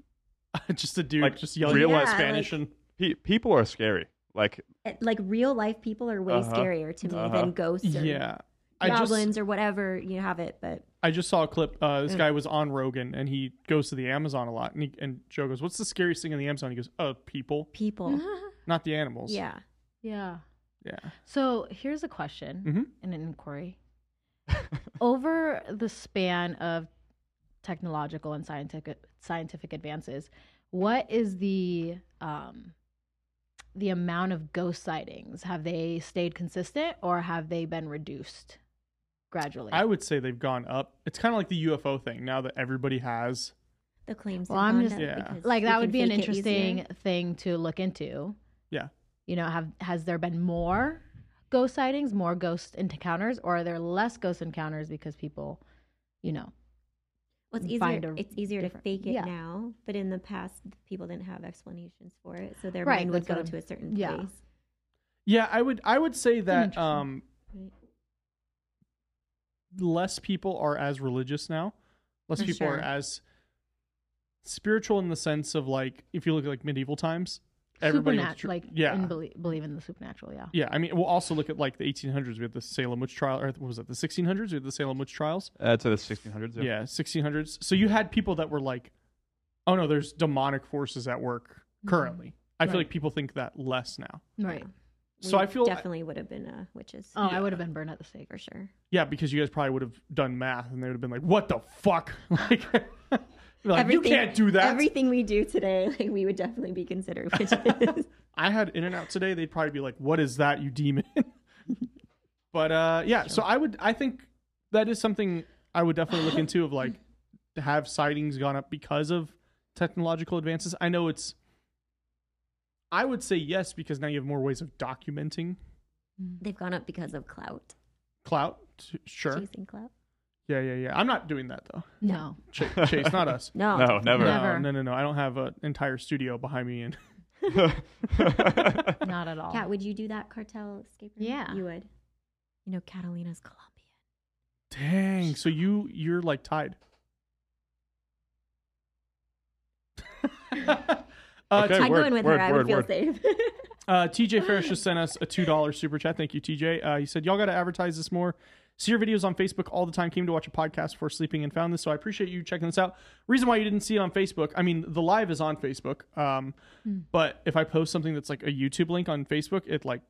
A: just a dude just yelling
B: real
C: Yeah,
B: life
C: like-
B: Spanish and Pe- people are scary. Like
C: It- Like real life people are way
B: Uh-huh.
C: scarier to me
B: Uh-huh.
C: than ghosts or
A: Yeah. I just-
C: goblins or whatever you have it. But
A: I just saw a clip. Uh, this
C: Mm.
A: guy was on Rogan, and he goes to the Amazon a lot. And, he, and Joe goes, "What's the scariest thing in the Amazon?" He goes, "Oh, people,
C: people,
D: Mm-hmm.
A: not the animals."
D: Yeah.
A: yeah.
D: So here's a question
A: Mhm.
D: and an inquiry. Over the span of technological and scientific scientific advances, what is the um, the amount of ghost sightings? Have they stayed consistent or have they been reduced gradually?
A: I would say they've gone up. It's kind of like the UFO thing now that everybody has.
C: the claims.
D: well,
C: have
D: I'm
C: gone
D: just
C: up
A: Yeah.
C: because
D: like
C: we
D: that
C: can
D: would be an
C: fake it easier.
D: interesting thing to look into.
A: Yeah.
D: You know, have has there been more ghost sightings, more ghost encounters, or are there less ghost encounters because people, you know,
C: Well, it's
D: find
C: easier.
D: a
C: it's easier to
D: different-
C: fake it
D: yeah.
C: now, but in the past, people didn't have explanations for it, so their
D: Right,
C: mind would
D: that's what
C: go
D: I'm-
C: to a certain
D: yeah.
C: place.
A: Yeah, I would. I would say that
C: interesting.
A: um,
C: Right.
A: less people are as religious now. Less
C: For
A: people are
C: sure.
A: as spiritual in the sense of like, if you look at like medieval times, everybody was
D: supernat-
A: tr-
D: like
A: yeah,
D: and belie- believe in the supernatural, yeah.
A: Yeah, I mean, we'll also look at like the 1800s. We had the Salem witch trial, or what was it, the 1600s? We had the Salem witch trials.
B: uh, to the 1600s.
A: Yeah, 1600s. So you had people that were like, "Oh no, there's demonic forces at work
C: Mm-hmm.
A: currently." I feel
D: Right.
A: like people think that less now.
D: Right.
A: So
C: We
A: I feel-
C: definitely would have been uh, witches.
D: Oh, I would have been burned at the stake.
C: for sure.
A: Yeah, because you guys probably would have done math, and they would have been like, "What the fuck?" Like, be like you
C: Everything-
A: can't do that.
C: Everything we do today, like we would definitely be considered witches.
A: I had in and out today, they'd probably be like, "What is that, you demon?" but uh, yeah, so I would, I think that is something I would definitely look into. Of like, have sightings gone up because of technological advances? I know it's. I would say yes because now you have more ways of documenting
C: They've gone up because of clout.
A: clout. T- Sure.
C: Chasing clout.
A: Yeah, yeah, yeah. I'm not doing that though.
D: No.
A: Ch- Chase, not us.
C: No.
B: No, never.
A: No,
D: Never.
A: no, no, no. I don't have an entire studio behind me, and
D: Not at all.
C: Cat, would you do that cartel escape room?
D: Yeah.
C: You would. You know, Catalina's Colombian.
A: dang. So you you're like tied. Uh,
B: Okay,
C: I'd
B: word,
C: go in with
B: word,
C: her. I would
B: word,
C: feel
B: word.
C: safe.
A: Uh, TJ Ferris just sent us a two dollar super chat. Thank you, TJ. Uh, he said, "Y'all got to advertise this more. See your videos on Facebook all the time. Came to watch a podcast before sleeping and found this, so I appreciate you checking this out. Reason why you didn't see it on Facebook? I mean, the live is on Facebook, um,
D: Hmm.
A: but if I post something that's like a YouTube link on Facebook, it like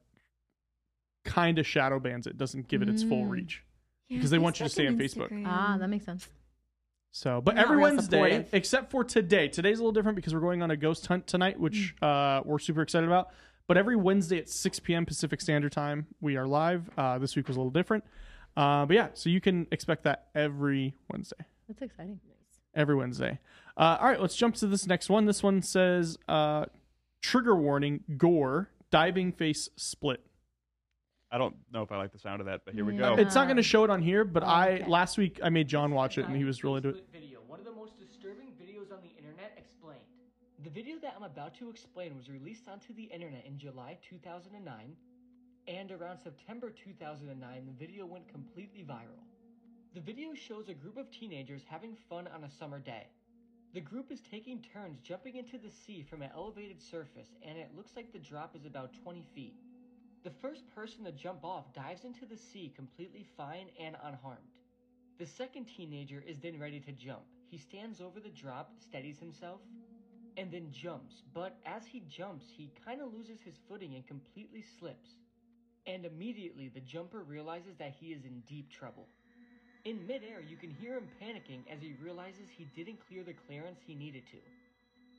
A: kind of shadow bans it. Doesn't give it its full
D: Mm.
A: reach because they want you to stay on Facebook.
D: Ah, that makes sense.
A: So, but
C: Not
A: every
C: real
A: Wednesday
C: supportive.
A: except for today. Today's a little different because we're going on a ghost hunt tonight, which
C: Mm.
A: uh, we're super excited about. But every Wednesday at 6 p.m. Pacific Standard Time, we are live. Uh, this week was a little different, uh, but yeah, so you can expect that every Wednesday.
D: That's exciting.
A: Every Wednesday. Uh, all right, let's jump to this next one. This one says uh, trigger warning: gore, diving face split.
B: I don't know if I like the sound of that, but here we
A: Uh,
C: Oh.
B: go.
A: It's not going to show it on here, but I last week I made John watch it and he was really into it.
M: Video, one of the most disturbing videos on the internet explained. The video that I'm about to explain was released onto the internet in July 2009, and around September 2009, the video went completely viral. The video shows a group of teenagers having fun on a summer day. The group is taking turns jumping into the sea from an elevated surface, and it looks like the drop is about 20 feet. The first person to jump off dives into the sea completely fine and unharmed. The second teenager is then ready to jump. He stands over the drop, steadies himself, and then jumps, but as he jumps, he kind of loses his footing and completely slips. And immediately, the jumper realizes that he is in deep trouble. In midair, you can hear him panicking as he realizes he didn't clear the clearance he needed to.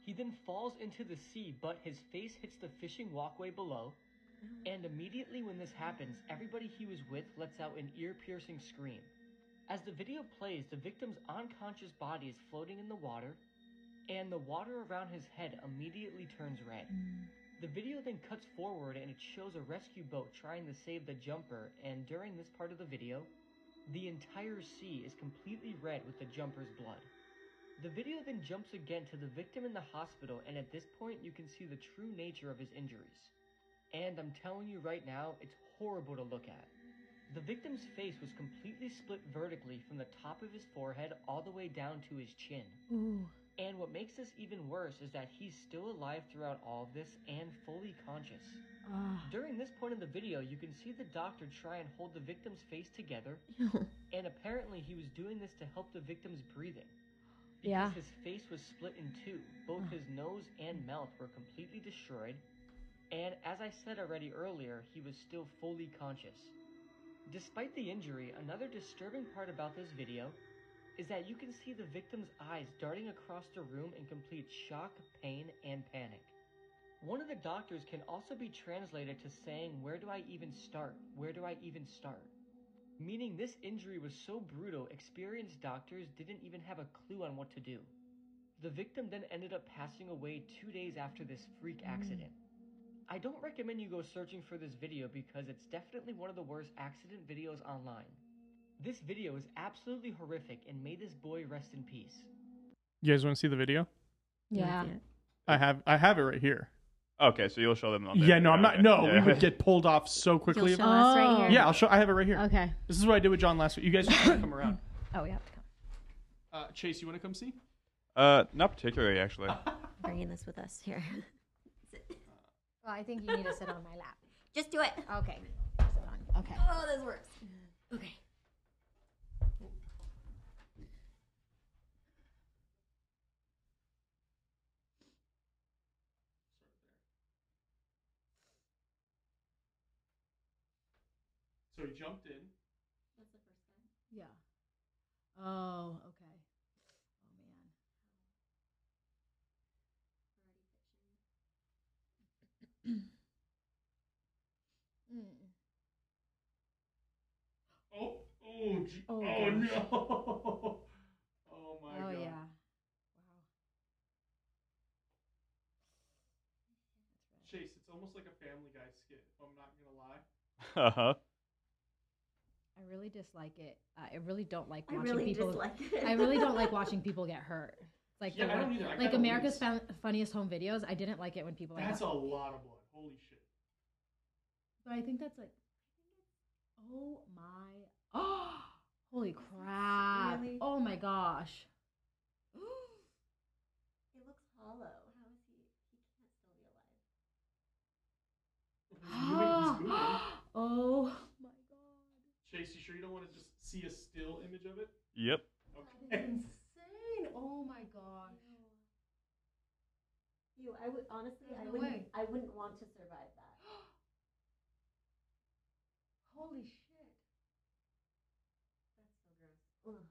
M: He then falls into the sea, but his face hits the fishing walkway below. And immediately, when this happens, everybody he was with lets out an ear piercing scream. As the video plays, the victim's unconscious body is floating in the water, and the water around his head immediately turns red. The video then cuts forward and it shows a rescue boat trying to save the jumper, and during this part of the video, the entire sea is completely red with the jumper's blood. The video then jumps again to the victim in the hospital, and at this point, you can see the true nature of his injuries. And I'm telling you right now, it's horrible to look at. The victim's face was completely split vertically from the top of his forehead all the way down to his chin.
D: Ooh.
M: And what makes this even worse is that he's still alive throughout all of this and fully conscious.
D: Ah.
M: During this point in the video, you can see the doctor try and hold the victim's face together, and apparently he was doing this to help the victim's breathing. Because
D: Yeah.
M: his face was split in two, both his nose and mouth were completely destroyed, and as I said already earlier, he was still fully conscious. Despite the injury, another disturbing part about this video is that you can see the victim's eyes darting across the room in complete shock, pain, and panic. One of the doctors can also be translated to saying, Where do I even start? Where do I even start? Meaning this injury was so brutal, experienced doctors didn't even have a clue on what to do. The victim then ended up passing away two days after this freak accident. I don't recommend you go searching for this video because it's definitely one of the worst accident videos online. This video is absolutely horrific and may this boy rest in peace.
A: You guys want to see the video?
D: Yeah.
A: I have I have it right here.
B: Okay, so you'll show them on there.
A: yeah, no, I'm not.
B: okay.
A: No,
B: Yeah.
A: we would get pulled off so quickly.
D: show us right Oh. here.
A: Yeah, I'll show. I have it right here.
D: Okay.
A: This is what I did with John last week. You guys just wanna come around.
D: Oh, we have to come.
A: Uh, Chase, you want to come see?
B: Uh, not particularly, actually.
C: Bringing this with us here.
D: Well, I think you need to sit on my lap.
C: Just do it.
D: Okay. Okay.
C: Oh, this works. Okay.
A: So he jumped in.
C: That's the first time.
D: Yeah. Oh, okay. Oh man. Hmm.
A: Oh, oh, gee.
D: Oh,
A: oh,
D: gosh.
A: no. oh my
D: oh
A: god.
D: yeah.
A: Chase, it's almost like a Family Guy skit. if I'm not gonna lie.
B: Uh huh.
D: I really dislike it. I I really don't like
C: I
D: watching
C: really
D: people.
C: dislike it.
D: I really don't like watching people get hurt. It's Like
A: Yeah,
D: the
A: I don't
D: one-
A: either. I
D: like
A: kinda
D: America's
A: lose.
D: Fun- funniest home videos. I didn't like it when people
A: That's
D: like
A: a lot of blood. Holy shit.
D: But I think that's like, oh my, oh, holy crap!
C: Really?
D: Oh my gosh!
C: It looks hollow. How is he? He can't still be alive.
D: oh my
A: Chase, you sure you don't want to just see a still image of it?
B: Yep.
A: Okay.
D: insane! Oh my gosh!
C: You, I would honestly,
D: There's
C: I
D: no
C: wouldn't.
D: way.
C: I wouldn't want to survive that.
D: Holy shit!
C: That's so gross. Ugh. I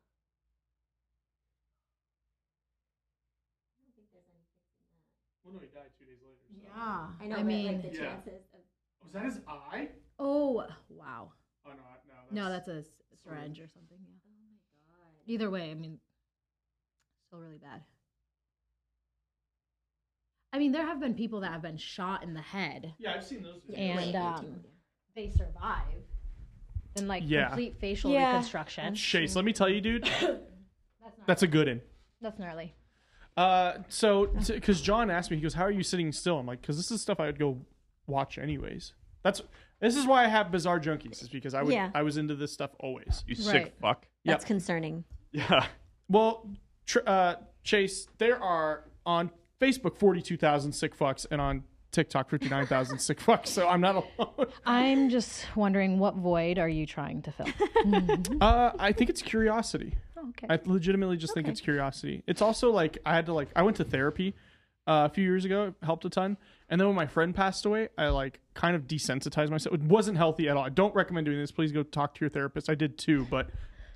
C: don't think there's any fixing that.
A: Well, no, he died two days later. So.
D: Yeah,
C: I know.
D: I
C: but,
D: mean-
C: like the
A: Yeah.
C: chances of
A: Was that his eye?
D: Oh wow!
A: Oh no, I- no. That's,
D: No, that's a s- syringe or something. Yeah.
C: Oh my god.
D: Either way, I mean, still really bad. I mean, there have been people that have been shot in the head.
A: Yeah, I've seen those.
C: Yeah,
D: and
C: wait, me
D: um, they survive. And like
A: Yeah.
D: complete facial
A: Yeah.
D: reconstruction.
A: Chase, let me tell you, dude.
D: That's not.
A: That's a good in.
D: That's gnarly.
A: Uh, so because John asked me, he goes, "How are you sitting still?" I'm like, "Cause this is stuff I would go watch anyways." That's this is why I have bizarre junkies is because I would
C: Yeah.
A: I was into this stuff always.
B: You
C: sick Right.
B: fuck.
C: That's concerning.
B: Yeah.
A: Well, tr- uh, Chase, there are on Facebook forty two thousand sick fucks and on TikTok fifty nine thousand sick fucks. So I'm not alone.
D: I'm just wondering what void are you trying to fill?
A: Uh, I think it's curiosity.
D: okay.
A: I legitimately just think it's curiosity. It's also like I had to like I went to therapy uh, a few years ago. It helped a ton. And then when my friend passed away, I like kind of desensitized myself. It wasn't healthy at all. I don't recommend doing this. Please go talk to your therapist. I did too, but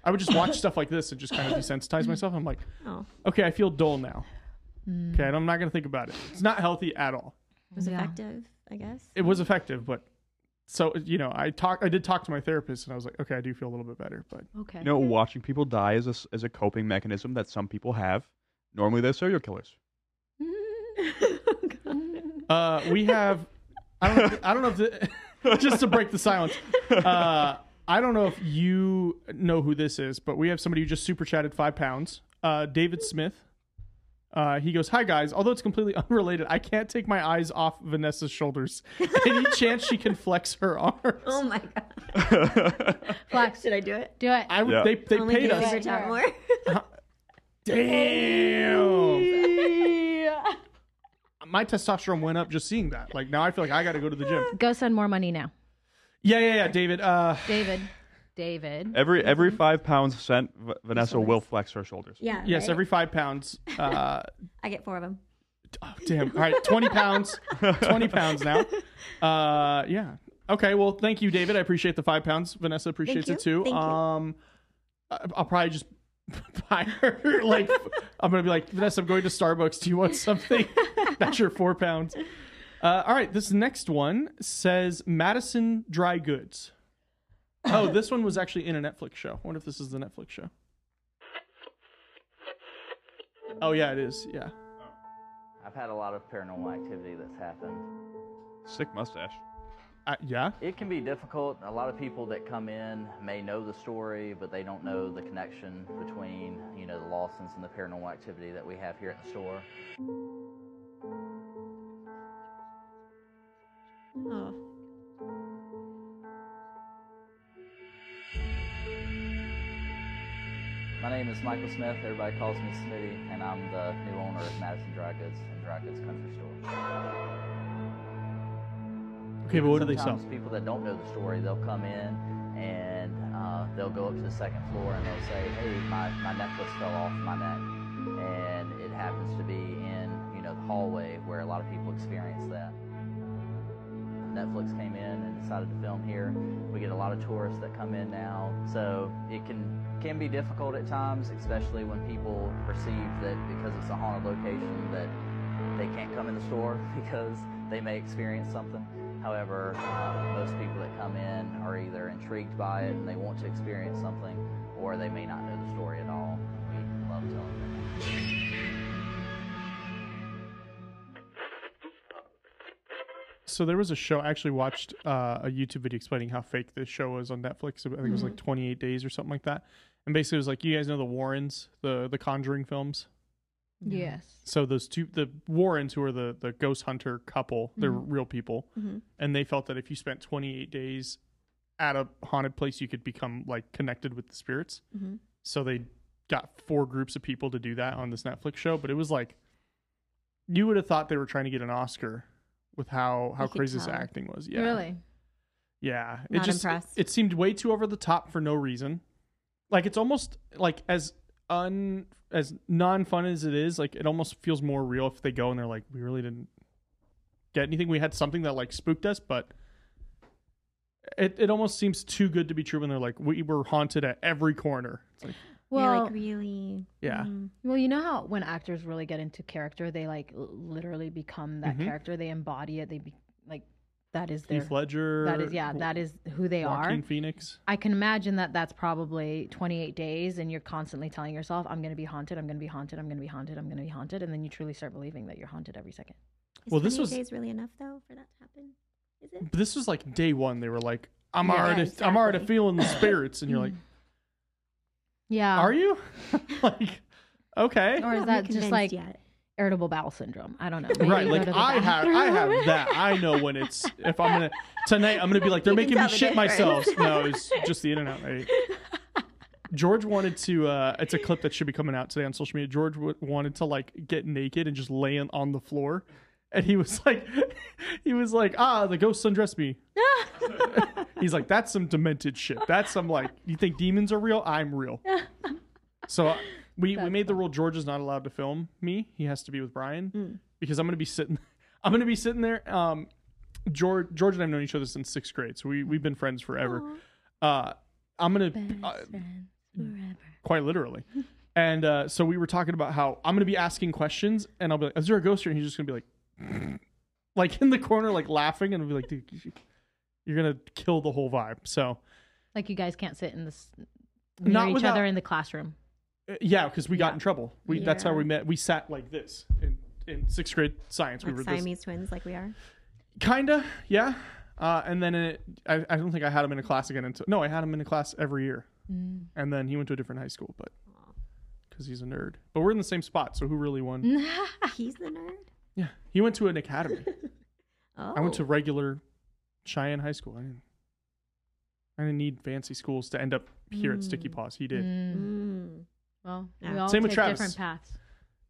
A: I would just watch stuff like this and just kind of desensitize myself. I'm like,
C: Oh.
A: okay, I feel dull now. Okay, and I'm not gonna think about it. It's not healthy at all.
C: It was effective, I guess.
A: It was effective, but so you know, I talked. I did talk to my therapist, and I was like, okay, I do feel a little bit better. But
D: Okay.
B: You know, watching people die is a, s- is a coping mechanism that some people have. Normally, they're serial killers.
A: Uh, we have. I don't. I don't know if the, just to break the silence. Uh, I don't know if you know who this is, but we have somebody who just super chatted five pounds. Uh, David Smith. Uh, he goes, "Hi guys. Although it's completely unrelated, I can't take my eyes off Vanessa's shoulders. Any chance she can flex her arms?
C: Oh my god.
D: Flex.
C: Should I do it?
D: Do it.
A: I would- Yeah. they- they
C: Only
A: paid
C: give
A: us.
C: her time more.
A: Damn. My testosterone went up just seeing that. Like now, I feel like I got to go to the gym.
D: Go send more money now,
A: Yeah, yeah, yeah, David. Uh,
D: David. David.
B: Every every five pounds sent, v- Vanessa will flex her shoulders.
C: Yeah,
A: Yes,
C: right?
A: every five pounds. Uh,
C: I get four of them.
A: Damn. All right, twenty pounds. Twenty pounds now. Uh, yeah. Okay. Well, thank you, David. I appreciate the five pounds. Vanessa appreciates
N: Thank
A: it
N: you.
A: too.
N: Thank you.
A: um, I- I'll probably just buy her. like, I'm gonna be like, Vanessa, I'm going to Starbucks. Do you want something? That's your four pounds. Uh, all right. This next one says Madison Dry Goods. Oh, this one was actually in a Netflix show. I wonder if this is the Netflix show. Oh yeah, it is. Yeah.
O: I've had a lot of paranormal activity that's happened.
B: Sick mustache.
A: Uh, yeah.
O: It can be difficult. A lot of people that come in may know the story, but they don't know the connection between, you know, the Lawsons and the paranormal activity that we have here at the store.
C: Oh.
O: My name is Michael Smith. Everybody calls me Smitty, and I'm the new owner of Madison Dry Goods and Dry Goods Country Store.
A: Okay, but what do they sell?
O: Sometimes people that don't know the story, they'll come in and uh, they'll go up to the second floor and they'll say, "Hey, my, my necklace fell off my neck," and it happens to be in you know the hallway where a lot of people experience that. Netflix came in and decided to film here. We get a lot of tourists that come in now, so it can can be difficult at times, especially when people perceive that because it's a haunted location that they can't come in the store because they may experience something. However, uh, most people that come in are either intrigued by it and they want to experience something, or they may not know the story at all. We love telling them.
A: So there was a show I actually watched uh, a YouTube video explaining how fake this show was on Netflix. I think it was like
N: Mhm.
A: 28 days or something like that. And basically, it was like you guys know the Warrens, the the Conjuring films.
D: Yes.
A: So those two, the Warrens, who are the the ghost hunter couple, they're
D: Mhm.
A: real people,
D: Mhm.
A: and they felt that if you spent 28 days at a haunted place, you could become like connected with the spirits.
D: Mm-hmm.
N: Mhm.
A: So they got four groups of people to do that on this Netflix show, but it was like you would have thought they were trying to get an Oscar with how how
D: You could
A: crazy this
D: tell.
A: acting was. Yeah,
D: Really?
A: yeah, it
D: Not
A: just
D: impressed.
A: It, seemed way too over the top for no reason. Like it's almost like as un as non fun as it is, like it almost feels more real if they go and they're like, we really didn't get anything. We had something that like spooked us, but it it almost seems too good to be true when they're like, we were haunted at every corner. It's like,
C: Well,
D: Well-
C: like really. mm.
A: yeah.
D: Well, you know how when actors really get into character, they like l- literally become that
A: Mhm.
D: character. They embody it. They be like that is their
A: Heath Ledger.
D: That is yeah.
A: Wa-
D: That is who they
A: Joaquin
D: are.
A: Phoenix.
D: I can imagine that that's probably 28 days, and you're constantly telling yourself, "I'm going to be haunted. I'm going to be haunted. I'm going to be haunted. I'm going to be haunted," and then you truly start believing that you're haunted every second.
C: Is
A: Well, this
C: 28
A: was-
C: days really enough though for that to happen? Is it?
A: But this was like day one. They were like, I'm
C: Yeah,
A: already I'm already
C: exactly.
A: feeling the spirits, and you're like,
D: Yeah.
A: are you? like, okay.
D: Or is that just like irritable bowel syndrome. I don't know. Maybe
A: right,
D: you go
A: like
D: to the
A: I have,
D: bathroom.
A: I have that. I know when it's. If I'm gonna tonight, I'm gonna be like, they're
D: You
A: making
D: can
A: me
D: tell the
A: shit myself.
D: difference.
A: No, it's just the internet. Right? George wanted to. uh It's a clip that should be coming out today on social media. George w- wanted to like get naked and just lay on- on the floor, and he was like, he was like, ah, the ghosts undressed me. He's like, that's some demented shit. That's some like, you think demons are real? I'm real. So we, we made the rule George is not allowed to film me. He has to be with Brian
D: Mm.
A: because I'm gonna be sitting I'm gonna be sitting there. Um George George and I've known each other since sixth grade, so we we've been friends forever. Uh I'm gonna uh, quite literally. And uh, so we were talking about how I'm gonna be asking questions and I'll be like, Is there a ghost here? And he's just gonna be like like in the corner, like laughing, and I'll be like, dude, you- you're gonna kill the whole vibe. So
D: like you guys can't sit in this near
A: Not
D: each
A: without-
D: other in the classroom.
A: Uh, Yeah, because we got in trouble. We that's how
C: Yeah.
A: we met. We sat like this in, in sixth grade science. we
C: Like
A: were
C: Siamese twins, like we are.
A: this kinda, yeah. Uh, and then it, I, I don't think I had him in a class again until no, I had him in a class every year,
D: Mm.
A: and then he went to a different high school, but because he's a nerd. But we're in the same spot, so who really
D: Mm.
A: won?
C: He's the nerd.
A: yeah, he went to an academy.
C: Oh.
A: I went to regular Cheyenne High School. I didn't, I didn't need fancy schools to end up here at Sticky Paws. He did.
D: Mm. Well, we
A: Yeah.
D: all
A: Same
D: take
A: with Travis.
D: different paths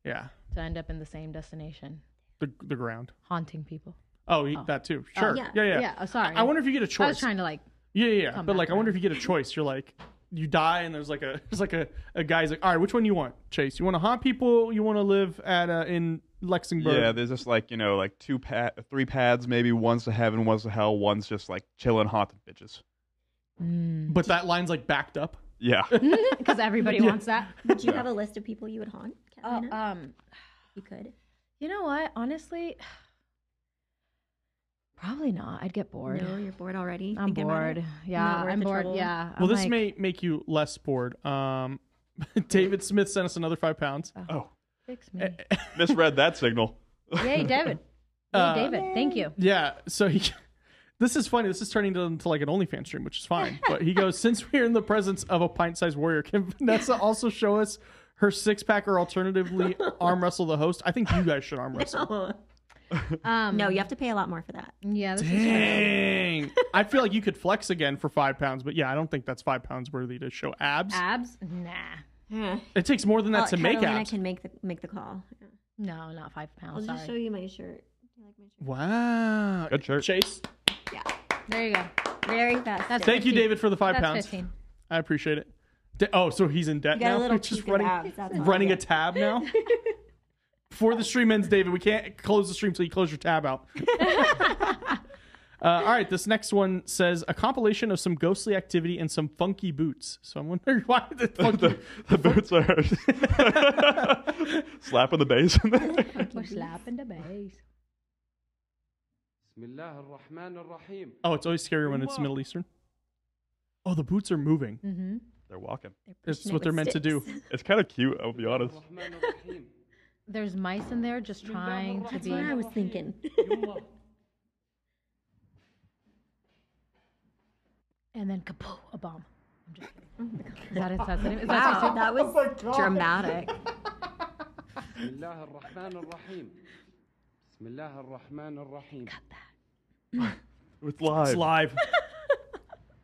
A: Yeah,
D: to end up in the same destination,
A: the the ground.
D: haunting people.
A: Oh, he, that too.
D: Oh,
A: Sure.
D: yeah.
A: yeah, yeah.
D: Yeah, oh, sorry.
A: I, I wonder if you get a choice.
D: I was trying to like
A: Yeah, yeah, yeah.
D: come
A: but
D: back
A: like, I wonder if you get a choice. You're like, you die, and there's like a, there's like a, a guy's like, all right, which one you want, Chase? You want to haunt people? You want to live at uh, in Lexingburg?
B: Yeah, there's just like you know, like two pa- three pads, maybe one's to heaven, one's to hell, one's just like chilling, haunted bitches.
A: But that line's like backed up.
B: Yeah,
D: because everybody
A: Yeah.
D: wants that.
C: Would you
B: Yeah.
C: have a list of people you would haunt?
D: Oh,
C: Catalina?
D: um,
C: you could.
D: you know what? Honestly, probably not. I'd get bored.
C: No, you're bored already.
D: I'm
C: thinking about it?
D: bored.
C: Not
D: Yeah,
C: worth
D: I'm
C: the
D: bored.
C: trouble.
D: Yeah.
A: Well,
D: I'm
A: this
D: like-
A: may make you less bored. Um, David Smith sent us another five pounds.
B: Oh,
D: fix me.
A: Eh,
B: misread that signal.
D: Yay, David. Yay,
A: Uh,
D: David. Thank you.
A: Yeah. So he, this is funny. This is turning to- into like an OnlyFans stream, which is fine. But he goes, since we're in the presence of a pint-sized warrior, can Vanessa also show us her six-pack or alternatively arm wrestle the host? I think you guys should arm wrestle.
D: Um,
C: no, you have to pay a lot more for that.
D: Yeah, this is
A: Dang. I feel like you could flex again for five pounds, but yeah, I don't think that's five pounds worthy to show abs.
D: abs. Nah.
A: It takes more than that
C: Well,
A: to make
C: Catalina
A: abs.
C: Oh, can make the make the call.
D: No, not five
C: I'll
D: pounds.
C: just show
D: Sorry.
C: you my shirt.
A: Wow. Good shirt. Chase.
D: There you go.
C: Very fast.
D: That's
A: Thank you,
D: 15.
A: David, for the five
D: That's
A: pounds.
D: 15.
A: I appreciate it. Da- oh, so he's in debt
C: You got a
A: now.
C: little
A: He's just
C: peek at
A: running,
C: abs, that's all.
A: running a tab now. Before the stream ends, David, we can't close the stream till you close your tab out. uh, all right, this next one says a compilation of some ghostly activity and some funky boots. So I'm wondering why the funky
B: The boots are slapping the bass in there.
D: We're slapping the base.
H: بسم الله الرحمن الرحيم
A: Oh, it's always scarier when it's Middle Eastern. Oh, the boots are moving.
C: Mm,
D: Mm-hmm.
B: They're walking.
A: That's what they're meant to do.
B: It's kind of cute. I'll be honest.
D: There's mice in there just trying to
C: That's
D: be.
C: what I was thinking.
D: And then kapoo, a bomb. I'm just kidding. Is that it? That's it? Is that
C: Oh wow,
D: it?
C: that
A: Oh
C: was dramatic.
H: بسم الله الرحمن الرحيم بسم الله الرحمن الرحيم
B: It's live.
A: It's live.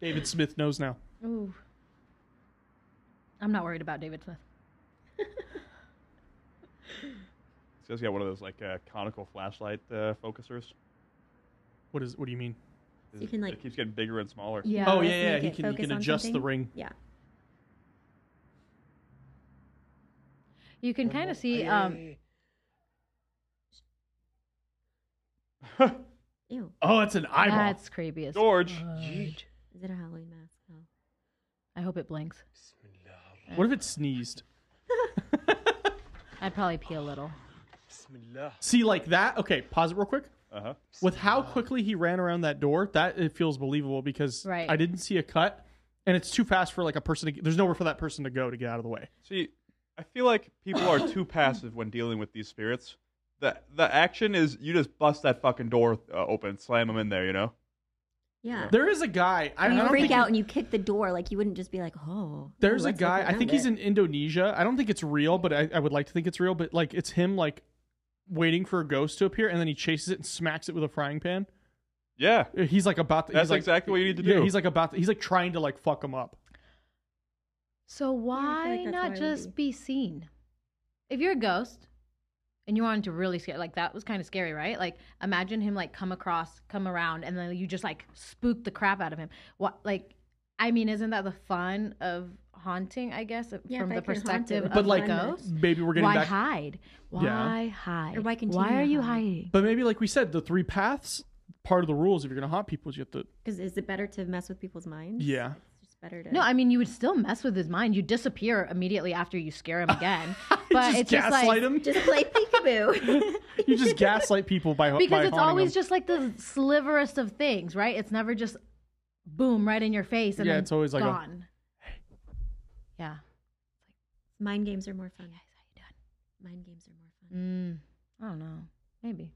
A: David Smith knows now.
D: Ooh. I'm not worried about David Smith.
B: This guy's got one of those like uh, conical flashlight uh, focusers.
A: What is? What do you mean?
B: It,
C: you can, like-
B: it keeps getting bigger and smaller.
C: Yeah,
A: Oh,
C: let's
A: yeah, yeah,
C: make
A: he
C: it
A: can- he
C: focus
A: can
C: on
A: adjust the
C: something.
A: ring.
C: Yeah.
D: You can kind of see. Um,
C: Ew.
A: Oh, it's an eyeball.
D: that's creepy. As
B: George.
D: fudge.
C: Is it a Halloween mask? Oh. No.
D: I hope it blinks.
A: What if it sneezed?
D: I'd probably pee a little.
A: See, like that. Okay, pause it real quick.
B: Uh huh.
A: With how quickly he ran around that door, that it feels believable because
D: Right.
A: I didn't see a cut, and it's too fast for like a person. To, there's nowhere for that person to go to get out of the way.
B: See, I feel like people are too passive when dealing with these spirits. The the action is you just bust that fucking door uh, open, slam them in there. You know.
C: Yeah.
A: There is a guy. I, I
C: you
A: don't
C: freak
A: think
C: out
A: he-
C: and you kick the door. Like you wouldn't just be like, oh.
A: There's
C: ooh,
A: a
C: let's look
A: guy. I
C: around
A: think he's
C: it.
A: in Indonesia. I don't think it's real, but I, I would like to think it's real. But like, it's him like waiting for a ghost to appear, and then he chases it and smacks it with a frying pan.
B: Yeah,
A: he's like about. To,
B: That's
A: he's like,
B: exactly what you need to
A: yeah,
B: do.
A: He's like about. To, he's like trying to like fuck him up.
D: So
C: that's
D: why
C: why
D: not
C: we
D: just be seen? If you're a ghost and you wanted to really scare, like that was kind of scary, right? Like imagine him like come across, come around, and then you just like spook the crap out of him. What like, I mean, isn't that the fun of haunting? I guess uh,
C: Yeah,
D: from
C: if I can
D: the
C: haunt it,
D: perspective
C: what's
D: of
A: But
D: the
A: like,
D: ghost.
A: maybe we're getting
D: why
A: back.
D: hide? Why
A: Yeah.
D: hide?
C: Or why
D: Why
C: continue
D: are
C: to
D: you
C: hide?
D: hiding?
A: But maybe like we said, the three paths. Part of the rules, if you're gonna haunt people, is you have to.
C: Because is it better to mess with people's minds?
A: Yeah.
C: It's just better to.
D: No, I mean you would still mess with his mind. You disappear immediately after you scare him again. But
A: just
D: it's just like
A: gaslight him?
C: Just play peekaboo.
A: You just gaslight people by by
D: because it's
A: haunting
D: always
A: them.
D: just like the sliverest of things, right? It's never just boom right in your face and
A: Yeah,
D: then
A: it's always like a-
D: gone. Yeah.
C: Mind games are more fun. guys, how you doing? Mind games are more fun.
D: Mm, I don't know. Maybe.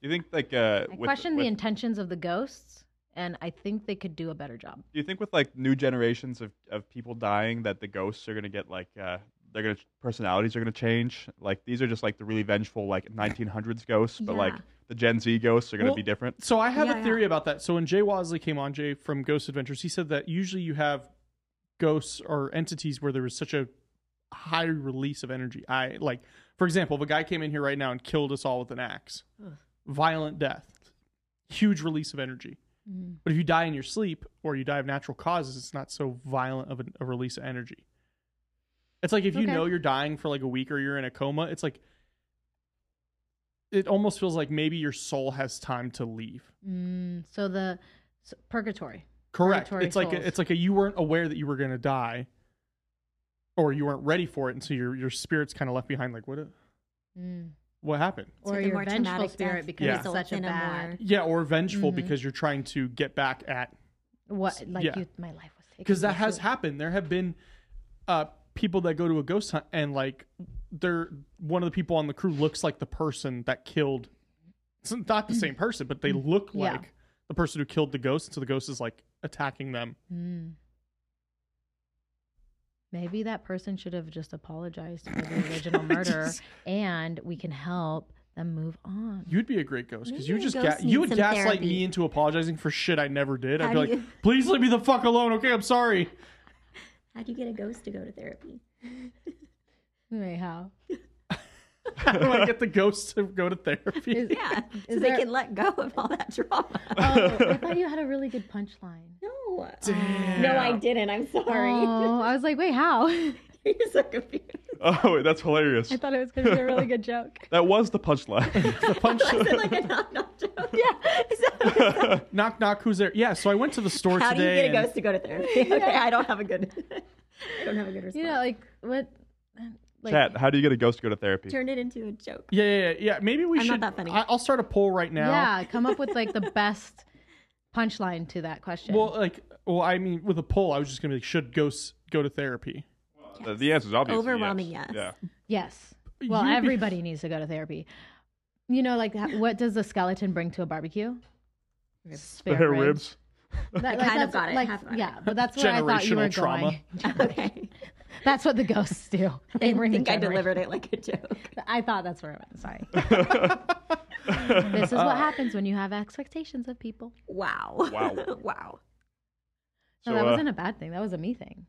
B: You think like uh,
D: I
B: with,
D: question
B: with-
D: the intentions of the ghosts, and I think they could do a better job.
B: Do you think with like new generations of, of people dying that the ghosts are gonna get like uh they're gonna personalities are gonna change? Like these are just like the really vengeful like 1900s ghosts, but like
A: Yeah.
B: the Gen Z ghosts are gonna
A: Well,
B: be different.
A: So I have
B: Yeah,
A: a theory about that. So when Jay Wozley came on, Jay from Ghost Adventures, he said that usually you have ghosts or entities where there was such a high release of energy. I like, for example, if a guy came in here right now and killed us all with an axe,
D: Ugh.
A: violent death, huge release of energy.
D: Mm.
A: But if you die in your sleep or you die of natural causes, it's not so violent of a, a release of energy. It's like if you
D: Okay.
A: know you're dying for like a week or you're in a coma, it's like it almost feels like maybe your soul has time to leave.
D: Mm, so the so purgatory.
A: Correct.
D: Purgatory
A: it's like a,
D: souls.
A: it's like a you weren't aware that you were going to die, or you weren't ready for it, and so your your spirit's kind of left behind. Like what?
D: Mm.
A: What happened?
D: Or
C: the
D: your
C: more
D: vengeful
C: traumatic
D: spirit
C: death
D: becomes
A: Yeah.
D: such
C: results
D: a
C: in a
D: bad.
A: Yeah, or vengeful
D: Mhm.
A: because you're trying to get back at
D: What like
A: Yeah.
D: you? My life was taken.
A: because that
D: away.
A: has happened. There have been uh, people that go to a ghost hunt and like they're one of the people on the crew looks like the person that killed. It's not the same person, but they look
D: Yeah.
A: like the person who killed the ghost. So the ghost is like attacking them.
D: Mm. Maybe that person should have just apologized for the original murder,
A: Just-
D: and we can help them move on.
A: You'd be a great ghost because you
D: Maybe a
A: just
D: ghost
A: ga- you
D: needs
A: would
D: some
A: gaslight
D: therapy.
A: me into apologizing for shit I never did. I'd
C: How
A: be like,
C: do you-
A: please let me the fuck alone. Okay, I'm sorry.
C: How do you get a ghost to go to therapy?
D: Wait, how?
A: How do I get the ghost to go to therapy?
C: yeah, so
D: is
C: they
D: there-
C: can let go of all that trauma.
D: Oh, I thought you had a really good punchline.
C: no,
A: Damn.
C: no, I didn't. I'm sorry.
D: Oh, I was like, wait, how?
C: You're so confused.
B: Oh, wait, that's hilarious.
D: I thought it was going to be a really good joke.
B: that was the punchline.
A: the punch.
C: like a knock knock joke.
A: knock knock. Who's there? Yeah. So I went to the store
C: How do you
A: today.
C: get a
A: and-
C: ghost to go to therapy? Okay, I don't have a good. I don't have a good response.
D: You know, like what? Like,
B: Chat, how do you get a ghost to go to therapy?
C: Turn it into a joke.
A: Yeah, yeah, yeah, yeah. Maybe we
C: I'm
A: should.
C: not that funny.
A: I, will start a poll right now.
D: yeah, come up with like the best punchline to that question.
A: Well, like, well, I mean, with a poll, I was just gonna be like, should ghosts go to therapy?
B: The, the answer is obviously
C: Overwhelming
B: yes.
C: yes.
B: Yeah.
D: yes. Well,
A: You'd be-
D: everybody needs to go to therapy. You know, like h- what does the skeleton bring to a barbecue? Spare
B: Spare
D: rib.
B: ribs.
D: That,
C: I kind of
D: that's-
C: got it,
D: Like,
C: half got it.
D: yeah, but that's where I thought you were
A: Generational trauma.
D: going.
C: Okay.
D: That's what the ghosts do. They
C: I
D: bring the
C: think I
D: generation-
C: delivered it like a joke.
D: I thought that's where I went. Sorry. this is
A: Uh,
D: what happens when you have expectations of people.
C: Wow.
B: Wow.
C: wow.
D: No,
B: So,
D: that
B: uh,
D: wasn't a bad thing. That was a me thing.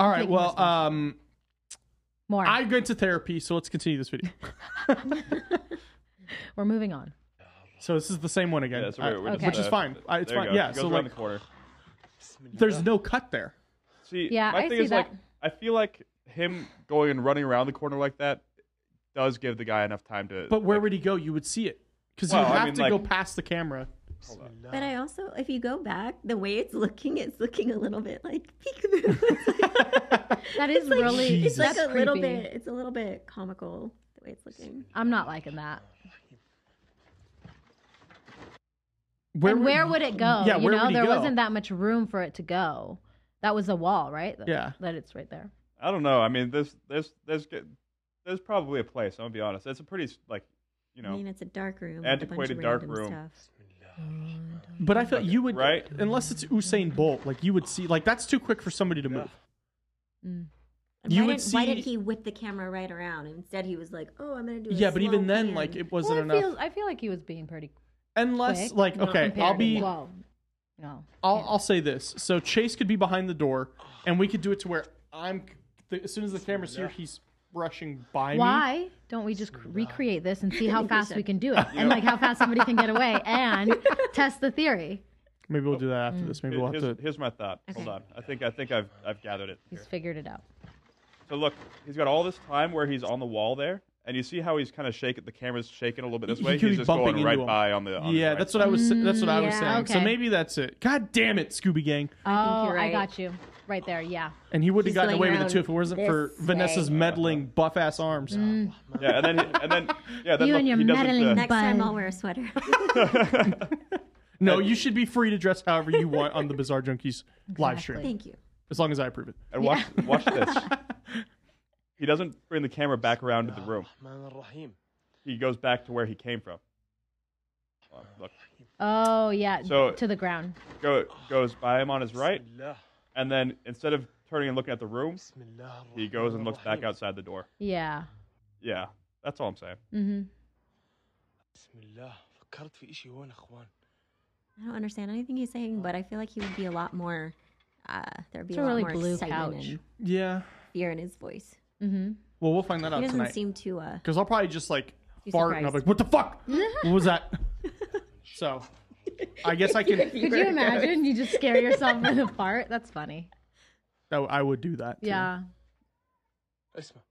A: All right.
D: Taking
A: Well, um,
D: More.
A: I went to therapy, so let's continue this video.
D: We're moving on.
A: So this is the same one again,
B: Yeah, so
D: Oh,
B: we're- we're
A: uh,
B: just,
A: which is
B: uh,
A: fine. I, it's
B: there you
A: fine.
B: go.
A: Yeah.
B: She goes
A: So
B: around
A: like,
B: the corner.
A: there's no cut there.
B: See,
D: Yeah,
B: my
D: I
B: thing
D: see
B: is like
D: that.
B: I feel like him going and running around the corner like that does give the guy enough time to.
A: But where would he go? You would see it because
B: Well,
A: you
B: I
A: have
B: mean,
A: to
B: like-
A: go past the camera.
C: But I also, if you go back, the way it's looking, it's looking a little bit like peekaboo. It's like-
D: That is
C: it's like-
D: really.
C: It's like
D: that's
C: a little
D: creepy.
C: bit. It's a little bit comical the way it's looking.
D: I'm not liking that.
A: Where
D: and where would it go?
A: Yeah.
D: you
A: where
D: know,
A: would he
D: there
A: go?
D: wasn't that much room for it to go. That was a wall, right? That-
B: Yeah.
D: That it's right there.
B: I don't know. I mean, there's there's there's g- there's probably a place. I'm gonna be honest. It's a pretty like you
C: I
B: know
C: mean, it's a dark room. with a bunch
B: antiquated
C: of
B: dark
C: random
B: room.
C: Stuff.
A: But I feel you would
B: right?
D: Mm.
A: unless it's Usain Bolt. Like you would see. Like that's too quick for somebody to move. You
C: why,
A: would
C: did, why did
A: see-
C: he whip the camera right around? Instead, he was like, "Oh, I'm gonna do." A
A: Yeah, but even
C: slow
A: then,
C: pan."
A: like, it
D: Well,
A: wasn't
D: I
A: enough.
D: feel I feel like he was being pretty.
A: Unless,
D: quick.
A: like,
D: Not
A: okay, I'll
D: compared to-
A: be-
D: Whoa. No.
A: I'll, I'll say this. So Chase could be behind the door, and we could do it to where I'm. The, as soon as the camera's here, he's rushing by me.
D: Why don't we just recreate this and see how
C: We
D: fast
C: should.
D: we can do it,
A: Yeah.
D: and like how fast somebody can get away, and test the theory?
A: Maybe we'll do
D: Mm.
A: that after this. Maybe
B: Here-
A: we'll have
B: here's,
A: to.
B: here's my thought. Hold on. I think I think I've I've gathered it.
D: He's figured it out.
B: So look, he's got all this time where he's on the wall there, and you see how he's kind of shaking. The camera's shaking a little bit this
A: He
B: way.
A: could
B: He's
A: be
B: just
A: bumping
B: going right
A: into him.
B: by on the. On
A: yeah, that's what I was. That's what I was
D: Mm,
A: saying.
D: yeah,
A: So
D: okay.
A: maybe that's it. God damn it, Scooby Gang!
D: Oh,
C: think you're
D: I
C: right.
D: got you right there. Yeah.
A: And he wouldn't
D: He's
A: have gotten away
D: going
A: with it
D: around
A: too if it wasn't
D: this
A: for Vanessa's
D: way.
A: meddling buff ass arms.
D: Mm.
B: Yeah, and then he- and then yeah, then
D: You
B: look,
D: and your
B: he doesn't,
D: meddling
B: uh,
C: Next time, I'll wear a sweater.
A: No, you should be free to dress however you want on the Bizarre Junkies live stream.
C: Thank you.
A: As long as I approve it.
B: And watch watch this. He doesn't bring the camera back around to the room. He goes back to where he came from. Um, look,
D: Oh yeah.
B: So-
D: to the ground.
B: go, goes by him on his right, and then instead of turning and looking at the room, he goes and looks back outside the door.
D: Yeah.
B: Yeah, that's all I'm saying.
D: Mm-hmm.
H: بسم الله فكرت في إشي وين اخوان
C: I don't understand anything he's saying, but I feel like he would be a lot more. Uh, there'd be
D: It's
C: a
D: a
C: lot
D: really
C: more
D: blue
C: excitement
D: couch.
C: and
A: Yeah.
C: fear in his voice.
D: Mm-hmm.
A: Well, we'll find that
C: he
A: out
C: doesn't
A: tonight.
C: seem too. Uh,
A: Because I'll probably just like
C: Be
A: fart and I'll be like, what the fuck? what was that? So I guess I can.
D: Could you imagine? You just scare yourself with a fart. That's funny.
A: Oh, I would do that. too.
D: Yeah.
H: اسمع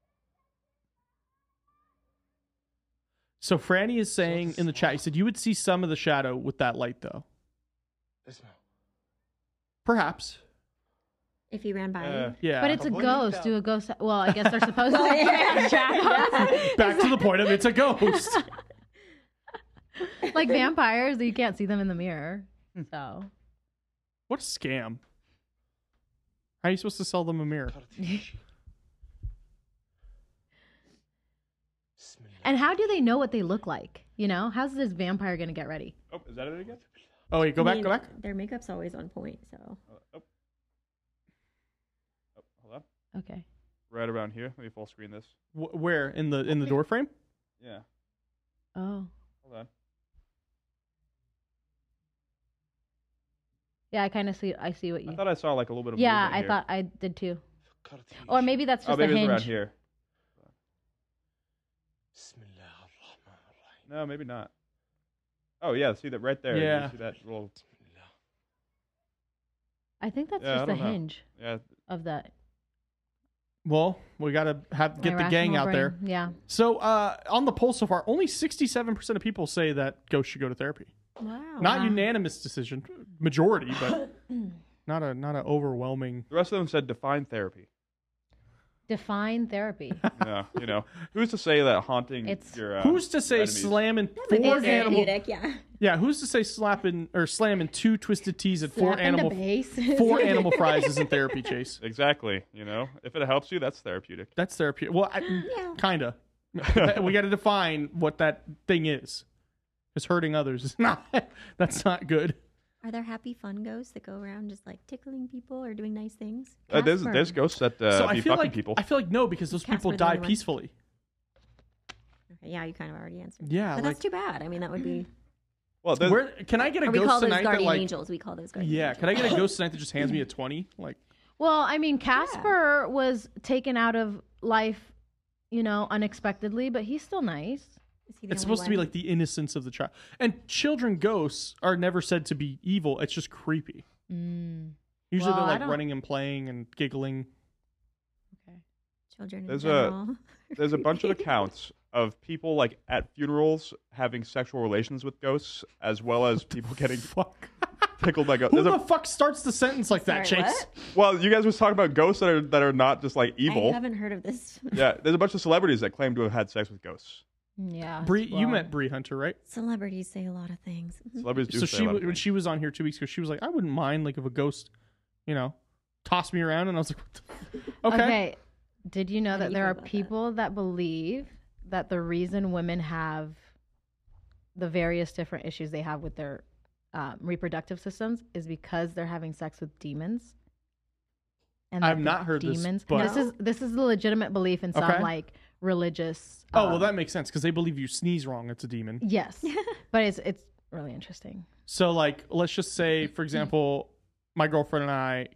A: So Franny is saying in the chat, he said, you would see some of the shadow with that light, though.
H: اسمع
A: Perhaps.
C: if he ran by.
A: Uh,
C: me.
A: yeah.
D: But it's a
A: Avoid
D: ghost. Do a ghost. Well, I guess they're supposed to
C: Well,
D: be
C: yeah.
D: shadows.
A: Back to the point of it's a ghost.
D: like vampires, you can't see them in the mirror.
B: Hmm.
D: So
A: what a scam. How are you supposed to sell them a mirror?
D: And how do they know what they look like? You know, how's this vampire gonna get ready?
B: Oh, is that it again?
A: Oh, wait, go
C: I
A: back,
C: mean,
A: go back.
C: Their makeup's always on point, so
B: Oh, Hold on.
D: Okay.
B: Right around here. Let me full screen this.
A: Wh- where in the in the door frame?
B: Yeah.
D: Oh.
B: Hold on.
D: Yeah, I kind of see. I see what you.
B: I thought I saw like a little bit of.
D: yeah,
B: movement
D: I
B: here.
D: thought I did too. Or maybe that's just
B: oh, maybe
D: a
B: it's
D: hinge.
B: around here. No, maybe not. Oh yeah, see that right there. You
A: Yeah.
B: see that little.
D: I think that's
B: Yeah, I
D: just a
B: don't know.
D: hinge
B: Yeah.
D: of the
A: Well, we gotta have get the
D: irrational
A: gang out
D: brain.
A: there.
D: Yeah.
A: So uh, on the poll so far, only sixty-seven percent of people say that ghosts should go to therapy.
C: Oh, wow.
A: Not
D: Wow.
A: unanimous decision, majority, but not a not an overwhelming.
B: The rest of them said define therapy.
D: Define therapy.
B: no, you know who's to say that haunting
D: It's-
B: your. Uh,
A: who's to say
B: your enemies-
A: slamming
C: Might be
A: four animal?
C: therapeutic, yeah.
A: Yeah, who's to say slapping or slamming two twisted teas at four
D: Slap in the
A: animal
D: base.
A: four animal fries isn't therapy, Chase?
B: Exactly. You know, if it helps you, that's therapeutic.
A: That's therapy. Well, I,
C: Yeah.
A: kinda. we got to define what that thing is. Because hurting others is not. That's not good.
C: Are there happy fun ghosts that go around just like tickling people or doing nice things?
B: Uh, there's
C: Casper.
B: there's ghosts that uh,
A: so
B: be
A: I feel
B: fucking
A: like
B: people.
A: I feel like no, because those people
C: Casper the
A: die
C: Friendly One.
A: peacefully.
C: Okay, yeah, you kind of already answered.
A: Yeah, like-
C: but that's too bad. I mean, that would be.
B: well, there's-
A: Where can I get a
C: Or we call
A: ghost
C: those
A: tonight that
C: guardian
A: like?
C: angels. We call those guardian
A: Yeah,
C: angels.
A: can I get a ghost tonight that just hands me a twenty? Like,
D: Well, I mean, Casper was taken out of life, you know, unexpectedly, but he's still nice.
C: Is he the
A: it's
C: only
A: supposed to be
C: one?
A: like the innocence of the child. And children ghosts are never said to be evil. It's just creepy.
D: Mm.
A: Usually
D: Well, I
A: they're like
D: don't-
A: running and playing and giggling.
C: children. in
B: There's a-
C: general.
B: there's a bunch of accounts of people like at funerals having sexual relations with ghosts, as well as people getting
A: Fuck.
B: tickled by ghosts.
A: Who
B: There's
A: the
B: a,
A: fuck starts the sentence like that,
C: Sorry,
A: Chase?
B: well, you guys was talking about ghosts that are that are not just like
C: I
B: evil.
C: haven't heard of this.
B: Yeah, there's a bunch of celebrities that claim to have had sex with ghosts.
D: Yeah.
A: Bree, you
D: well.
A: met Bree Hunter, right?
C: Celebrities say a lot of things.
B: Celebrities do
A: so
B: say
A: she
B: a lot of
A: when
B: things.
A: she was on here two weeks ago, she was like, "I wouldn't mind like if a ghost, you know, tossed me around," and I was like, what the-
D: Okay.
A: "Okay,
D: Did you know
C: How do
D: that
C: you
D: there
C: feel
D: are
C: about that?
D: people that? believe that the reason women have the various different issues they have with their um, reproductive systems is because they're having sex with demons? and
A: I've
D: like,
A: not heard this,
D: demons.
A: but-
D: this is this is the legitimate belief in some
A: Okay.
D: like religious.
A: Oh
B: Uh,
A: well, that makes sense because they believe you sneeze wrong, it's a demon.
D: Yes, but it's it's really interesting.
A: So like, let's just say, for example, my girlfriend and I,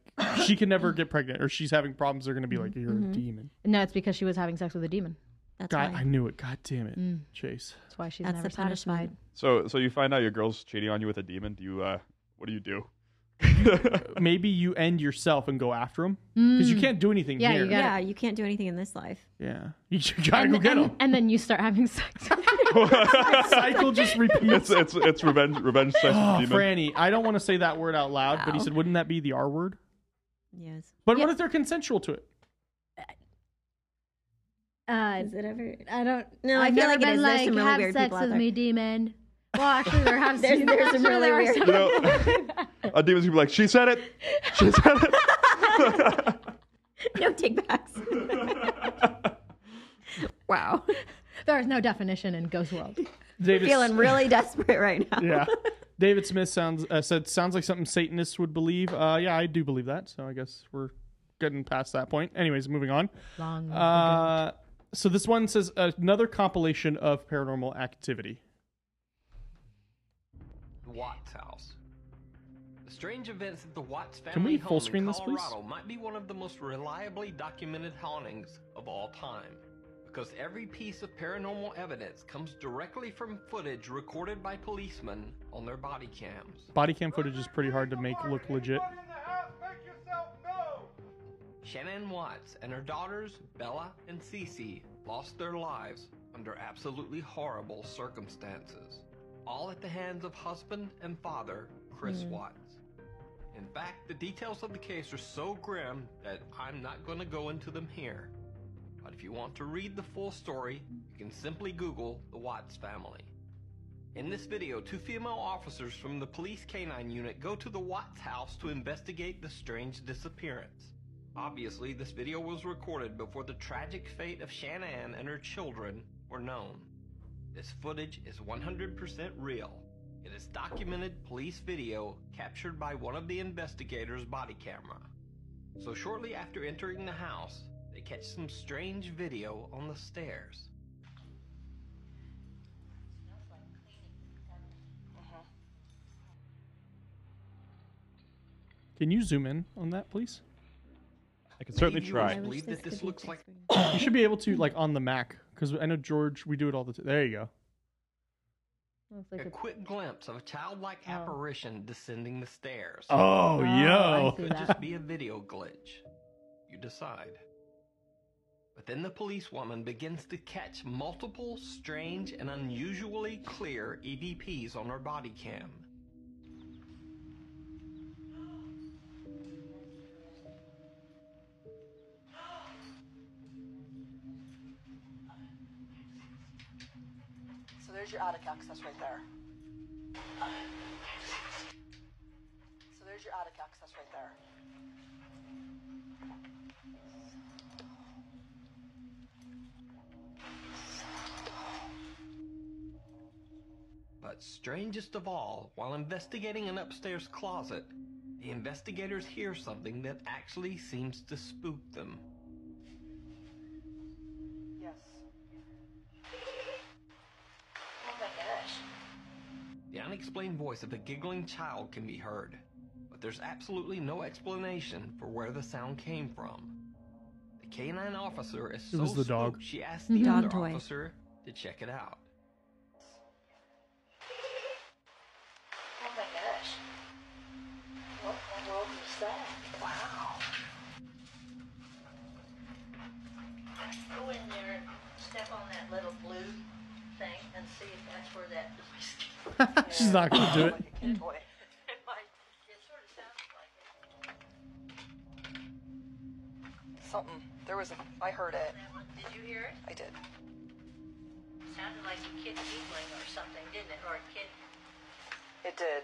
A: she can never get pregnant, or she's having problems. They're gonna be like, "You're a
D: Mhm.
A: demon."
D: No, it's because she was having sex with a demon. That's
A: God, I knew it. God damn it,
D: Mm.
A: Chase.
D: That's why she's
C: That's
D: never
C: the punishment.
D: satisfied.
B: So so you find out your girl's cheating on you with a demon. Do you uh what do you do?
A: Maybe you end yourself and go after him because you
D: Mm.
A: can't do anything
D: Yeah,
A: here.
D: you gotta-
C: Yeah, you can't do anything in this life.
A: yeah, you gotta
D: and,
A: go get
D: and,
A: him.
D: and then you start having sex.
A: cycle just repeats.
B: It's it's it's revenge revenge sex with
A: Oh,
B: demon.
A: Franny, I don't want to say that word out loud, but he said, "Wouldn't that be the R word?"
C: Yes.
A: But what if they're consensual to it?
D: Uh,
C: Is it ever? I don't. No,
D: I've
C: I feel
D: never
C: like it
D: been
C: is. There's
D: like
C: some really
D: have
C: weird
D: sex
C: people out
D: with
C: there.
D: me, demon. Well, actually, there have
C: There's-
D: seen-
C: there's
D: I'm
C: some
D: sure
C: really
D: there are
C: weird-
D: some-
B: You know, a demon's gonna be like, she said it. She said it.
C: no take backs. wow.
D: There is no definition in Ghost World.
A: David-
C: Feeling really desperate right now.
A: Yeah. David Smith sounds uh, said sounds like something Satanists would believe. Uh, yeah, I do believe that. So I guess we're getting past that point. Anyways, moving on.
D: Long way to
A: Uh, so this one says another compilation of paranormal activity.
N: The Watts house. The strange events at the Watts family
A: Can we
N: home
A: full screen
N: in
A: this, please?
N: Colorado might be one of the most reliably documented hauntings of all time. Because every piece of paranormal evidence comes directly from footage recorded by policemen on their body cams.
A: Body cam footage is pretty hard to make look legit.
N: Shannon Watts and her daughters, Bella and Cece, lost their lives under absolutely horrible circumstances, all at the hands of husband and father, Chris
P: Mm.
N: Watts. In fact, the details of the case are so grim that I'm not going to go into them here. But if you want to read the full story, you can simply Google the Watts family. In this video, two female officers from the police canine unit go to the Watts house to investigate the strange disappearance. Obviously, this video was recorded before the tragic fate of Shannon and her children were known. This footage is 100% real. It is documented police video captured by one of the investigators' body camera. So, shortly after entering the house, they catch some strange video on the stairs.
A: Can you zoom in on that, please? I
B: can certainly
N: Viewers believe that this looks like
A: you should be able to like on the Mac because I know George. We do it all the time. There you go.
N: a quick glimpse of a childlike apparition descending the stairs.
A: Oh, Oh, I yo. see
N: Could
A: that.
N: just be a video glitch. You decide. But then the policewoman begins to catch multiple strange and unusually clear EVPs on her body cam.
Q: So there's your attic access right there. So there's your attic access right there.
N: But strangest of all, while investigating an upstairs closet, the investigators hear something that actually seems to spook them.
Q: Yes.
N: The unexplained voice of a giggling child can be heard, but there's absolutely no explanation for where the sound came from. The canine officer is
A: It was
N: so
A: the dog.
N: spooked she asked the
C: Mm-hmm.
A: Mhm.
N: other
A: Dog toy.
N: officer to check it out.
Q: Oh my gosh. What in the world is that? Wow.
R: Go in there and step on that little blue thing and see if that's where that noise came from.
A: She's not gonna do it.
Q: Like a kid boy.
R: It might, it sort of sounds like it.
Q: Something. There was a. I heard it.
R: Did you hear it?
Q: I did.
R: Sounded like a kid giggling or something, didn't it? Or a kid,
Q: It did.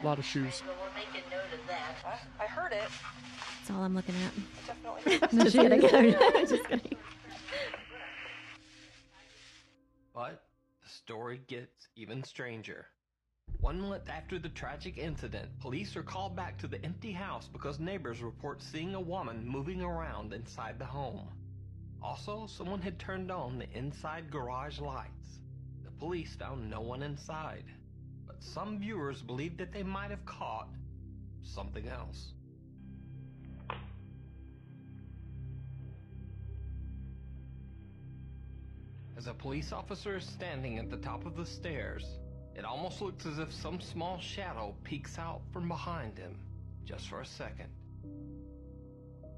A: A lot of shoes.
R: well, we'll make a note of that.
Q: I heard it.
C: That's all I'm looking at.
Q: Definitely.
C: just kidding. just kidding.
N: But the story gets even stranger. One month after the tragic incident, police are called back to the empty house because neighbors report seeing a woman moving around inside the home. Also, someone had turned on the inside garage lights. The police found no one inside, but some viewers believed that they might have caught something else. As a police officer is standing at the top of the stairs, it almost looks as if some small shadow peeks out from behind him just for a second.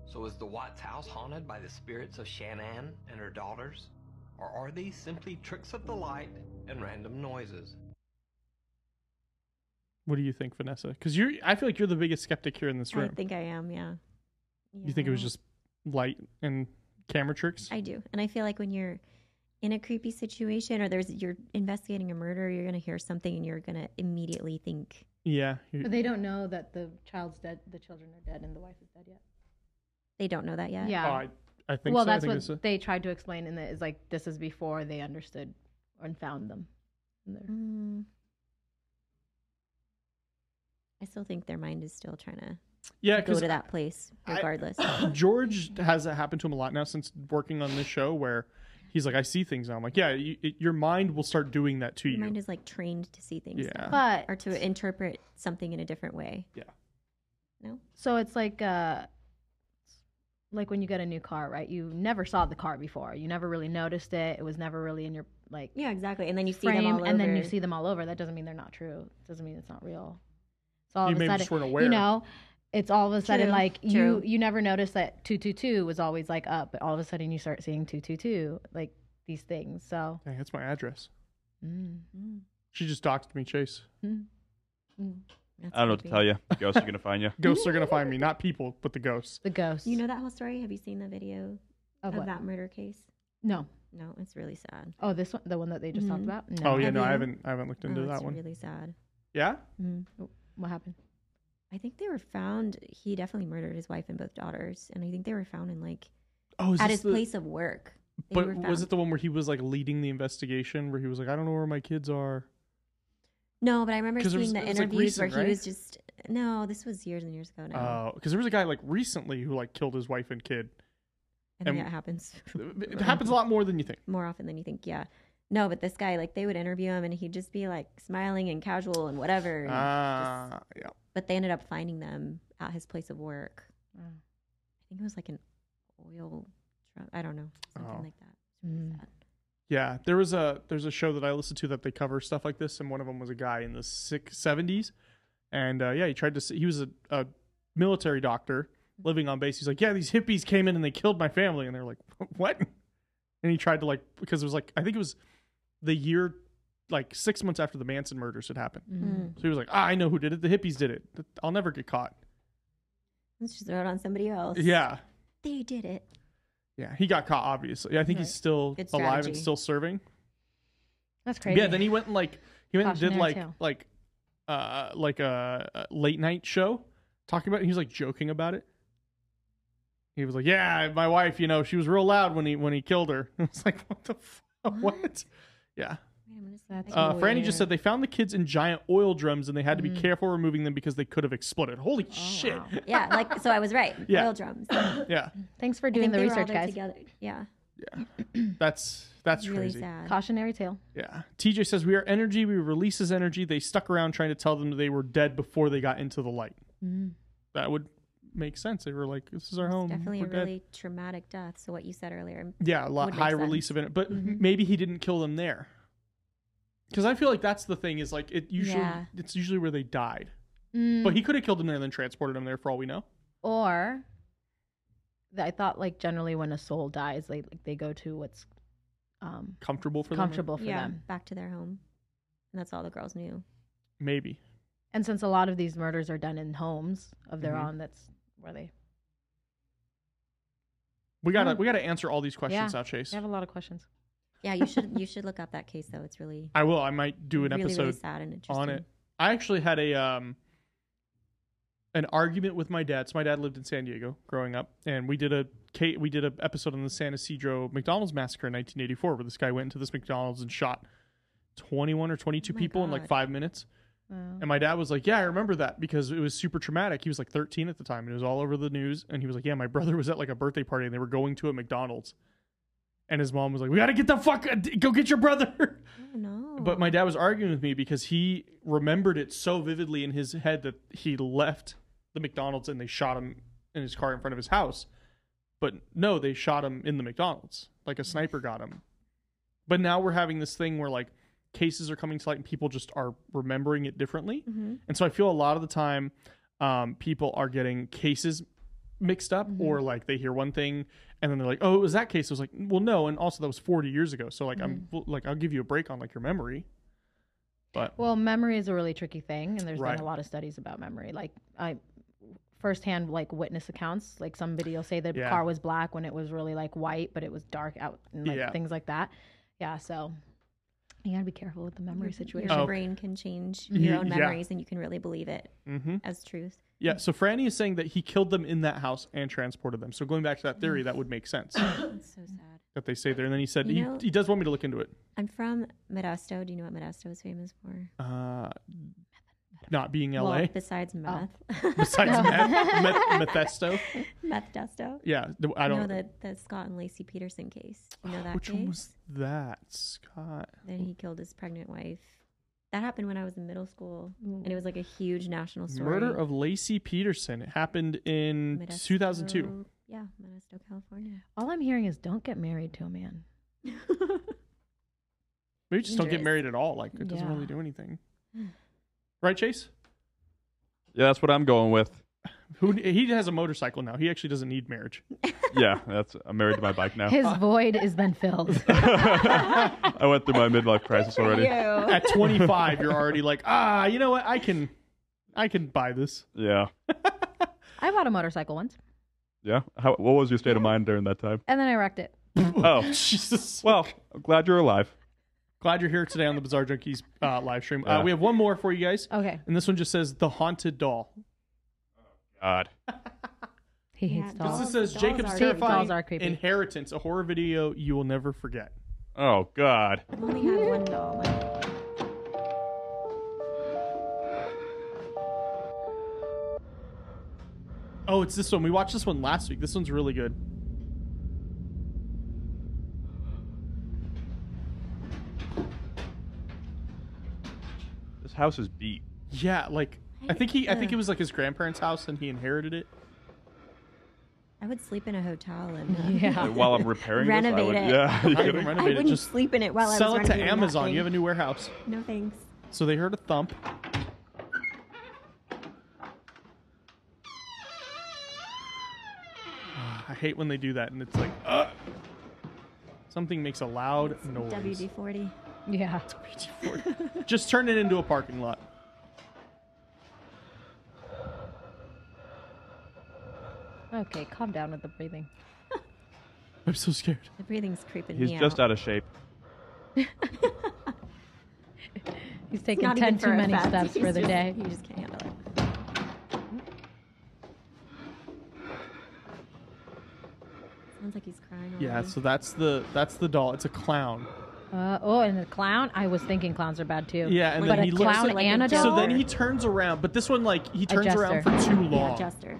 N: So is the Watts house haunted by the spirits of Shanann and her daughters? Or are these simply tricks of the light and random noises?
A: What do you think, Vanessa? Because you, I feel like you're the biggest skeptic here in this
C: I
A: room.
C: think I am, yeah.
A: You think it was
C: Yeah.
A: just light and camera tricks?
C: I do. And I feel like when you're in a creepy situation or there's you're investigating a murder, you're gonna hear something and you're gonna immediately think
A: Yeah.
D: But they don't know that the child's dead, the children are dead, and the wife is dead yet.
C: they don't know that yet.
D: Yeah.
A: Oh, I, I think
D: well,
A: so. I
D: that's
A: think
D: what
A: this is-
D: they tried to explain, and it's like this is before they understood and found them. And they're-
C: Mm. I still think their mind is still trying to
A: Yeah,
C: go
A: 'cause
C: to that place
A: I-
C: regardless.
A: George has that happen to him a lot now since working on this show where he's like, I see things now. I'm like, yeah, you, it, your mind will start doing that to
C: Your
A: you.
C: mind is like trained to see things,
A: Yeah.
C: now,
D: But-
C: or to interpret something in a different way.
A: Yeah.
C: No.
D: So it's like uh like when you get a new car, right? You never saw the car before. You never really noticed it. It was never really in your like
C: Yeah, exactly. And then you see them all
D: and then you
C: over.
D: see them all over. That doesn't mean they're not true. It doesn't mean it's not real. So all
C: You
D: of a
C: maybe
D: sudden,
C: just weren't aware.
D: you know, it's all of a sudden
C: True,
D: like
C: true.
D: you you never noticed that 222 was always like up, but all of a sudden you start seeing 222 like these things. So
A: Dang, that's my address.
D: mm.
A: She just doxed me, Chase.
B: I don't know what to tell you. Ghosts are gonna find you.
A: Ghosts are gonna find me, not people, but the ghosts.
D: The ghost.
C: You know that whole story? Have you seen the video
D: Of
C: of,
D: what?
C: that murder case?
D: No.
C: No, it's really sad.
D: Oh, this one, the one that they just talked
C: Mhm.
D: about.
A: Oh yeah,
C: Have
A: no, I
C: you?
A: haven't, I haven't looked into
C: Oh,
A: that
C: it's
A: one.
C: Really sad.
A: Yeah,
D: Mm. What happened?
C: I think they were found. He definitely murdered his wife and both daughters, and I think they were found in like
A: Oh, is
C: at
A: this
C: his
A: the-
C: place of work. They
A: but
C: were
A: was
C: found-
A: it the one where he was like leading the investigation, where he was like, I don't know where my kids are.
C: No, but I remember
A: 'Cause it
C: seeing
A: was-
C: the
A: it was, like,
C: interviews
A: recent,
C: where he
A: right?
C: was just no. This was years and years ago
A: Oh,
C: now.
A: because there was a guy like recently who like killed his wife and kid.
C: I think that happens.
A: It happens a lot more than you think.
C: More often than you think, yeah. No, but this guy, like, they would interview him, and he'd just be like smiling and casual and whatever. and just-
A: Ah, yeah.
C: but they ended up finding them at his place of work.
A: Mm.
C: I think it was like an oil truck. I don't know, something
A: Oh.
C: like that.
A: Yeah, there was a there's a show that I listened to that they cover stuff like this, and one of them was a guy in the six seventies, and uh, yeah, he tried to s- he was a, a military doctor living on base. He's like, yeah, these hippies came in and they killed my family, and they're like, what? And he tried to like because it was like I think it was the year like six months after the Manson murders had happened,
C: Mm.
A: so he was like, ah, I know who did it. The hippies did it. I'll never get caught.
C: Let's just throw it on somebody else.
A: Yeah,
C: They did it.
A: yeah, he got caught. Obviously, I think he's still
C: Good
A: alive and
C: strategy.
A: still serving.
D: That's
A: Yeah, then he went and like he went and did
D: Cautionary
A: like
D: tale.
A: like uh like a, a late night show talking about it. he was like joking about it. He was like, "Yeah, my wife, you know, she was real loud when he when he killed her." I was like, "What the fuck? What?" Yeah.
D: That's
A: Uh, Franny just said they found the kids in giant oil drums and they had to be
C: Mm. Oh,
A: careful removing them because they could have exploded. Holy shit!
C: Yeah, like, so I was right.
A: Yeah.
C: Oil drums.
A: yeah,
D: Thanks for
C: I think
D: doing the
C: they were all
D: research,
C: there
D: guys.
C: Together. Yeah.
A: that's that's
C: really
A: crazy.
C: sad.
D: Cautionary tale.
A: Yeah. TJ says we are energy. We release as energy. They stuck around trying to tell them they were dead before they got into the light.
D: Mm.
A: That would make sense. They were like, "This is our home.
C: Definitely
A: we're
C: a
A: dead."
C: really traumatic death. So what you said earlier.
A: yeah, a lot
C: would make
A: high
C: sense. Mm-hmm.
A: release of it. But maybe he didn't kill them there. Because I feel like that's the thing is like it usually
D: Yeah.
A: it's usually where they died.
D: Mm.
A: But he could have killed them there and then transported them there for all we know.
D: Or th- I thought like generally when a soul dies, they like they go to what's um
A: Comfortable for
D: comfortable
A: them.
D: for them.
C: Back to their home. And that's all the girls knew.
A: Maybe.
D: And since a lot of these murders are done in homes of their
A: Mhm.
D: own, that's where they
A: We gotta
D: Mm.
A: we gotta answer all these questions
D: yeah.
A: out, Chase.
D: I have a lot of questions.
C: Yeah, you should you should look up that case though. It's really
A: I will. I might do an
C: Really, really
A: episode
C: sad and
A: on
C: interesting.
A: it. I actually had a um an argument with my dad. So my dad lived in San Diego growing up, and we did a ca- we did a episode on the San Isidro McDonald's massacre in 1984, where this guy went into this McDonald's and shot 21 or 22 people in like
B: God.
A: five minutes.
D: Wow.
A: And my dad was like, "Yeah, I remember that because it was super traumatic." He was like 13 at the time, and it was all over the news. And he was like, "Yeah, my brother was at like a birthday party, and they were going to a McDonald's." And his mom was like, "We got to get the fuck uh, go get your brother."
C: No.
A: But my dad was arguing with me because he remembered it so vividly in his head that he left the McDonald's and they shot him in his car in front of his house. But no, they shot him in the McDonald's. Like a sniper got him. But now we're having this thing where like cases are coming to light and people just are remembering it differently.
Q: Mhm.
A: And so I feel a lot of the time um, people are getting cases mixed up
C: Mm-hmm.
A: or like they hear one thing and then they're like, oh, it was that case. I was like, well, no. And also that was 40 years ago. So like, I'm
C: Mm-hmm.
A: well, like, I'll give you a break on like your memory. But
D: Well, memory is a really tricky thing, and there's
A: Right.
D: been a lot of studies about memory. Like I, firsthand, like witness accounts. Like somebody will say the
A: Yeah.
D: car was black when it was really like white, but it was dark out, and like
A: Yeah.
D: things like that. Yeah, so you gotta be careful with the memory situation.
C: Your brain can change your
A: Oh. Ye-
C: own
A: yeah.
C: memories, and you can really believe it
A: Mhm.
C: as truth.
A: yeah, so Franny is saying that he killed them in that house and transported them. So going back to that theory, that would make sense
C: That's so sad.
A: that they stay there. And then he said
C: You
A: he,
C: know-
A: he does want me to look into it.
C: I'm from Modesto. Do you know what Modesto is famous for?
A: Uh, not being LA.
C: Well,
D: Oh.
C: besides meth.
A: Besides meth, meth, Methesto.
C: Modesto.
A: Yeah, the- I
C: You
A: don't. Oh,
C: know the, the Scott and Lacey Peterson case. You know that
A: Which
C: case?
A: one was that? Scott.
C: Then he killed his pregnant wife. That happened when I was in middle school, and it was like a huge national story.
A: Murder of Lacey Peterson. It happened in 2002.
C: Modesto- Yeah, Modesto, California.
D: All I'm hearing is don't get married to a man.
A: Maybe just don't get
D: dangerous.
A: married at all. Like it doesn't
D: Yeah.
A: really do anything. Right, Chase?
B: Yeah, that's what I'm going with.
A: Who he has a motorcycle now. He actually doesn't need marriage.
B: Yeah, that's I'm married to my bike now.
D: His void has been filled.
B: I went through my midlife crisis already.
A: At 25, you're already like, ah, you know what? I can, I can buy this.
B: Yeah,
D: I bought a motorcycle once,
B: yeah. How, what was your state of mind during that time?
D: and then I wrecked it.
B: Oh,
A: Jesus.
B: Well, I'm glad you're alive.
A: Glad you're here today on the Bizarre Junkies uh, live stream. Uh,
B: Yeah.
A: we have one more for you guys.
D: Okay.
A: And this one just says the haunted doll.
B: God.
D: He
A: hates dolls. This says
D: Dolls
A: Jacob's
D: are-
A: terrifying
D: dolls are creepy.
A: inheritance, a horror video you will never forget.
B: Oh God.
C: I've only had one doll.
A: Oh, it's this one. We watched this one last week. This one's really good.
B: This house is beat.
A: Yeah, like I think he, I think it was like his grandparents' house, and he inherited it.
C: I would sleep in a hotel and uh,
B: Yeah. Like, while I'm repairing this, I
C: renovate
B: would-
C: it.
B: yeah, you
C: I,
B: could-
C: wouldn't- I
A: Renovate it,
C: wouldn't
A: just
C: sleep in it while I
A: Sell
C: was
A: it to
C: renovating
A: Amazon. You have a
C: nothing.
A: new warehouse.
C: No thanks.
A: So they heard a thump. Ah, I hate when they do that, and it's like, uh, something makes a loud noise.
C: WD forty.
D: Yeah.
A: Just turn it into a parking lot.
D: Okay, calm down with the breathing.
A: I'm so scared.
C: The breathing's creeping
B: He's
C: me
B: just
C: out.
B: out of shape.
D: He's
C: It's
D: taken
C: not even
D: ten too
C: for
D: many
C: effect.
D: steps
C: He's
D: for the
C: just-
D: day.
C: He just can't handle it. Sounds like he's crying.
A: Yeah, so that's the that's the doll. It's a clown.
D: Uh, oh, and the clown. I was thinking clowns are bad too.
A: Yeah, and
D: but
A: then
D: a
A: he looks
D: clown and a
A: So
D: doll?
A: then he turns around, but this one like he turns around for
D: Adjuster.
A: too
D: Yeah,
A: long.
C: adjuster.